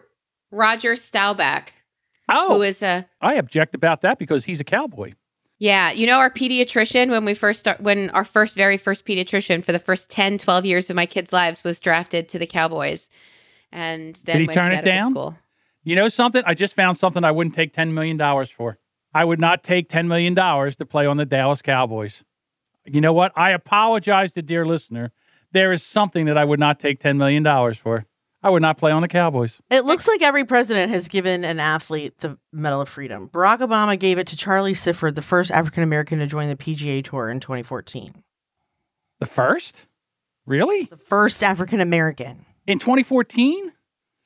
Roger Staubach, who
Oh,
is a
I object about that because he's a cowboy.
Yeah, you know our pediatrician when we first start when our first very first pediatrician for the first 10 12 years of my kids' lives was drafted to the Cowboys. And then
Did he
went to
turn it
medical
down?
School.
You know something? I just found something I wouldn't take $10 million for. I would not take $10 million to play on the Dallas Cowboys. You know what? I apologize to dear listener. There is something that I would not take $10 million for. I would not play on the Cowboys.
It looks like every president has given an athlete the Medal of Freedom. Barack Obama gave it to Charlie Sifford, the first African American to join the PGA Tour in 2014.
The first? Really?
The first African American.
In 2014?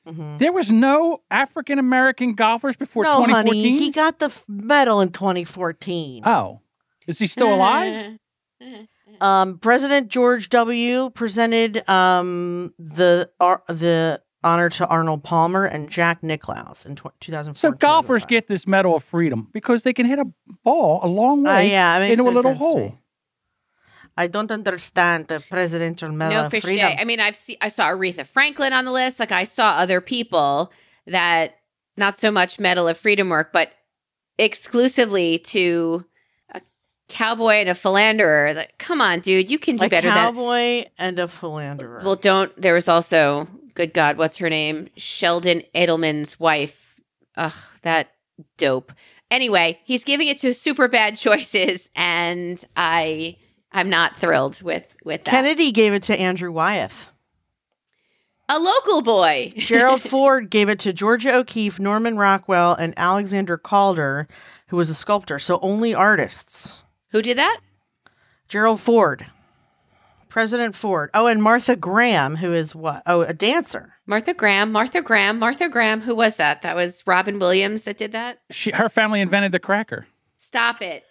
Mhm.
There was no African American golfers before
No,
2014?
honey, he got the f- medal in 2014.
oh. Is
[laughs]
he
Eh.
still alive?
Um, President George W. presented um, the ar- the honor to Arnold Palmer and Jack Nicklaus in tw- 2014.
So golfers get this Medal of Freedom because they can hit a ball a long
Uh,
way
yeah, it makes
into a
no
little
sense to me.
hole.
I don't understand the presidential medal
No
of
fish
freedom.
day. I mean, I've seen I saw Aretha Franklin on the list, like I saw other people that not so much Medal of Freedom work, but exclusively to a cowboy and a philanderer. Like, come on, dude, you can do
a
better than
cowboy and a philanderer.
Well, don't. There was also, good God, what's her name? Sheldon Edelman's wife. Ugh, that dope. Anyway, he's giving it to super bad choices, and I, I'm not thrilled with with that.
Kennedy gave it to Andrew Wyeth.
A local boy. [laughs]
Gerald Ford gave it to Georgia O'Keeffe, Norman Rockwell, and Alexander Calder, who was a sculptor. So only artists.
Who did that?
Gerald Ford, President Ford. Oh, and Martha Graham, who is what? Oh, a dancer. [laughs]
Martha Graham. Martha Graham. Martha Graham. Who was that? That was Robin Williams that did that.
she, her family invented the cracker.
Stop it.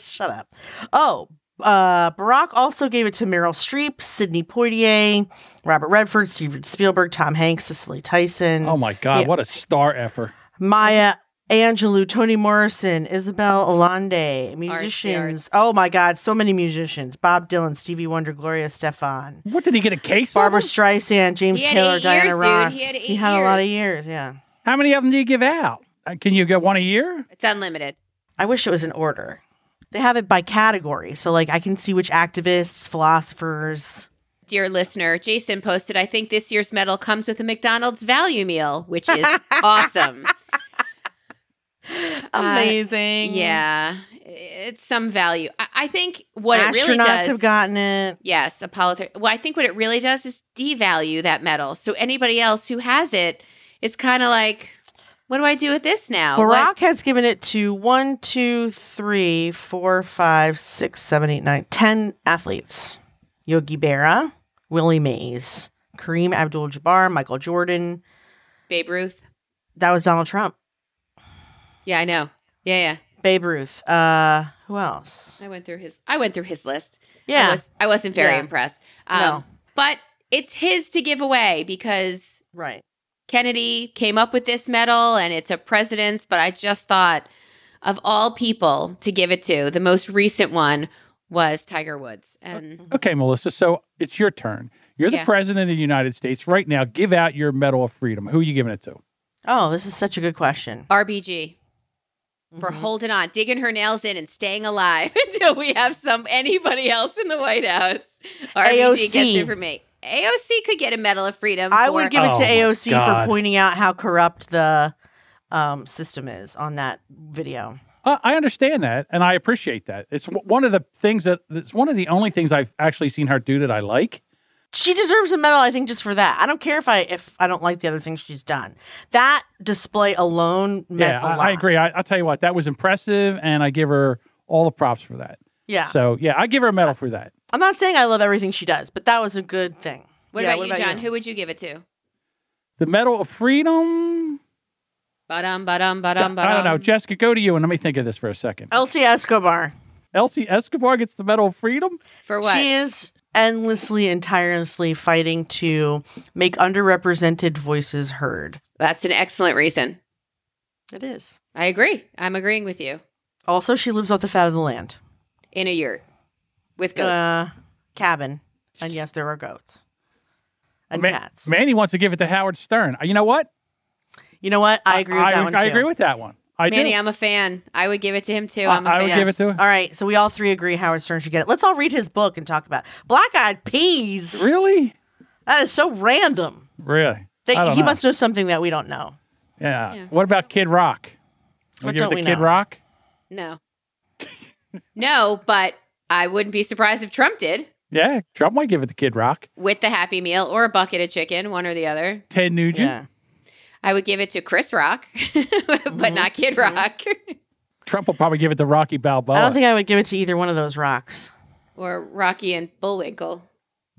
Shut up. Oh, uh, Barack also gave it to Meryl Streep, Sidney Poitier, Robert Redford, Steven Spielberg, Tom Hanks, Cicely Tyson,
Oh my God,
Yeah.
what a star effer.
Maya Angelou, Toni Morrison, Isabel Allende, musicians. Oh my God, so many musicians. Bob Dylan, Stevie Wonder, Gloria Stefan,
What did he get a case? of
Barbara
them?
Streisand, James
He had
Taylor,
eight
Diana
years, dude.
Ross.
He had eight
a lot of years, yeah.
How many of them do you give out? Uh, Can you get one a year?
It's unlimited.
I wish it was in order. They have it by category. So, like, I can see which activists, philosophers.
Dear listener, Jason posted, I think this year's medal comes with a McDonald's value meal, which
[laughs]
is awesome.
Amazing.
Uh, Yeah. It's some value. I, I think what
Astronauts
it really does.
have gotten it.
yes, Apollo. thir- well, I think what it really does is devalue that medal. So anybody else who has it is kind of like, what do I do with this now?
Barack
Uh, What-
has given it to one, two, three, four, five, six, seven, eight, nine, ten athletes. Yogi Berra, Willie Mays, Kareem Abdul-Jabbar, Michael Jordan.
Babe Ruth.
That was Donald Trump.
Yeah, I know. Yeah, yeah.
Babe Ruth. Uh, who else?
I went through his. I went through his list. I,
Yeah.
was, um, I wasn't very
Yeah.
impressed.
No.
But it's his to give away because
right.
Kennedy came up with this medal and it's a president's. But I just thought of all people to give it to, the most recent one was Tiger Woods. And
Okay, Melissa. So it's your turn. You're the
Yeah.
president of the United States right now. Give out your Medal of Freedom. Who are you giving it to?
Oh, this is such a good question.
RBG for
Mm-hmm.
holding on, digging her nails in and staying alive [laughs] until we have some anybody else in the White House. RBG gets
AOC.
it for me. AOC could get a Medal of Freedom.
I
for-
would give it
Oh
to
my
AOC for
God.
pointing out how corrupt the um, system is on that video.
Uh, I understand that, and I appreciate that. It's w- one of the things that it's one of the only things I've actually seen her do that I like.
She deserves a medal, I think, just for that. I don't care if I if I don't like the other things she's done. That display alone meant
yeah,
a
I,
lot.
I agree. I, I'll tell you what, that was impressive, and I give her all the props for that.
Yeah,
So yeah, I give her a medal for that.
I'm not saying I love everything she does, but that was a good thing.
What
Yeah,
about you, John? Who would you give it to?
The Medal of Freedom.
Ba-dum, ba-dum, ba-dum, ba-dum.
I don't know, Jessica. Go to you, and let me think of this for a second.
Elsie Escobar.
Elsie Escobar gets the Medal of Freedom.
For what?
She is endlessly and tirelessly fighting to make underrepresented voices heard.
That's an excellent reason.
It is.
I agree. I'm agreeing with you.
Also, she lives off the fat of the land.
In a yurt with goats.
Uh, cabin. And yes, there are goats and
Ma-
cats.
Manny wants to give it to Howard Stern. Uh, You know what?
you know what? I agree with
I,
that one.
I
too.
agree with that one. I
Manny,
do.
I'm a fan. I would give it to him too.
I-
I'm a
I
fan.
would give it to her.
All right, so we all three agree Howard Stern should get it. Let's all read his book and talk about it. Black Eyed Peas.
[laughs] Really?
That is so random.
Really?
They,
I don't
he
know.
must know something that we don't know.
Yeah.
Yeah.
What about Kid Rock?
What
give it
don't
to
we
Kid
know?
Rock?
No. no, but I wouldn't be surprised if Trump did
Yeah, Trump might give it to Kid Rock.
with the Happy Meal or a bucket of chicken, one or the other.
Ted Nugent.
Yeah.
I would give it to Chris Rock, [laughs] but not Kid
Mm-hmm.
Rock [laughs]
Trump will probably give it to Rocky Balboa.
I don't think I would give it to either one of those rocks.
or Rocky and Bullwinkle.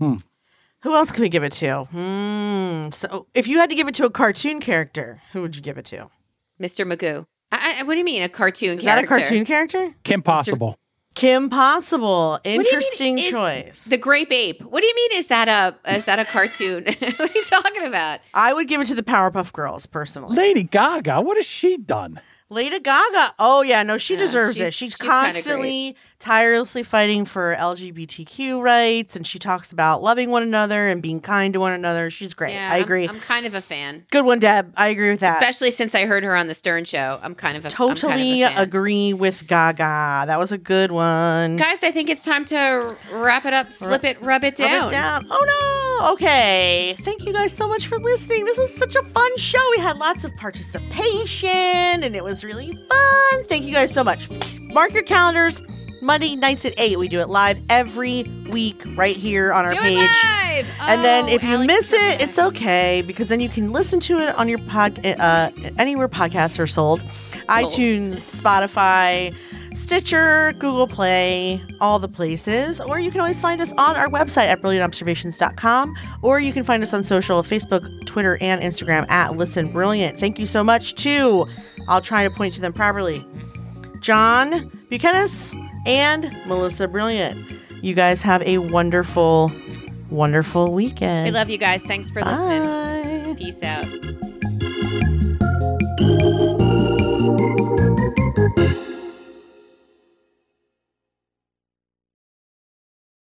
Who else can we give it to? Hmm. So, if you had to give it to a cartoon character, who would you give it to?
Mr. Magoo. I, I, what do you mean a cartoon
Is
character?
that a cartoon character?
Kim Possible.
Kim Possible.
What do you mean
Interesting
is
choice.
The Grape Ape. What do you mean? Is that a is that a cartoon? [laughs] what are you talking about?
I would give it to the Powerpuff Girls personally.
Lady Gaga. What has she done?
Lady Gaga. Oh yeah, no, she
Yeah,
deserves
she's-
it. She's,
she's kinda
constantly tirelessly fighting for LGBTQ rights and she talks about loving one another and being kind to one another. She's great.
Yeah,
I
I'm-
agree. Uh,
I'm, kind of a fan,
Good one, Deb. I agree with that.
especially since I heard her on the Stern Show. I'm kind of a
totally
I'm kind of a fan.
agree with Gaga. That was a good one.
Guys, I think it's time to wrap it up, slip it, rub it down.
Rub it down. Oh no. Okay. Thank you guys so much for listening. This was such a fun show. We had lots of participation and it was really fun. Thank you guys so much. Mark your calendars. Monday nights at 8. We do it live every week right here on our
Do it
page.
live!
And then
Oh,
if you
Alex
miss
is
it,
back.
it's okay because then you can listen to it on your pod, uh, anywhere podcasts are sold iTunes, Spotify, Stitcher, Google Play, all the places. Or you can always find us on our website at brilliantobservations.com or you can find us on social Facebook, Twitter, and Instagram at Listen Brilliant. Thank you so much to, I'll try to point to them properly, John Buchanis and Melissa Brilliant. You guys have a wonderful, wonderful weekend.
We love you guys. Thanks for listening.
Bye.
Peace out.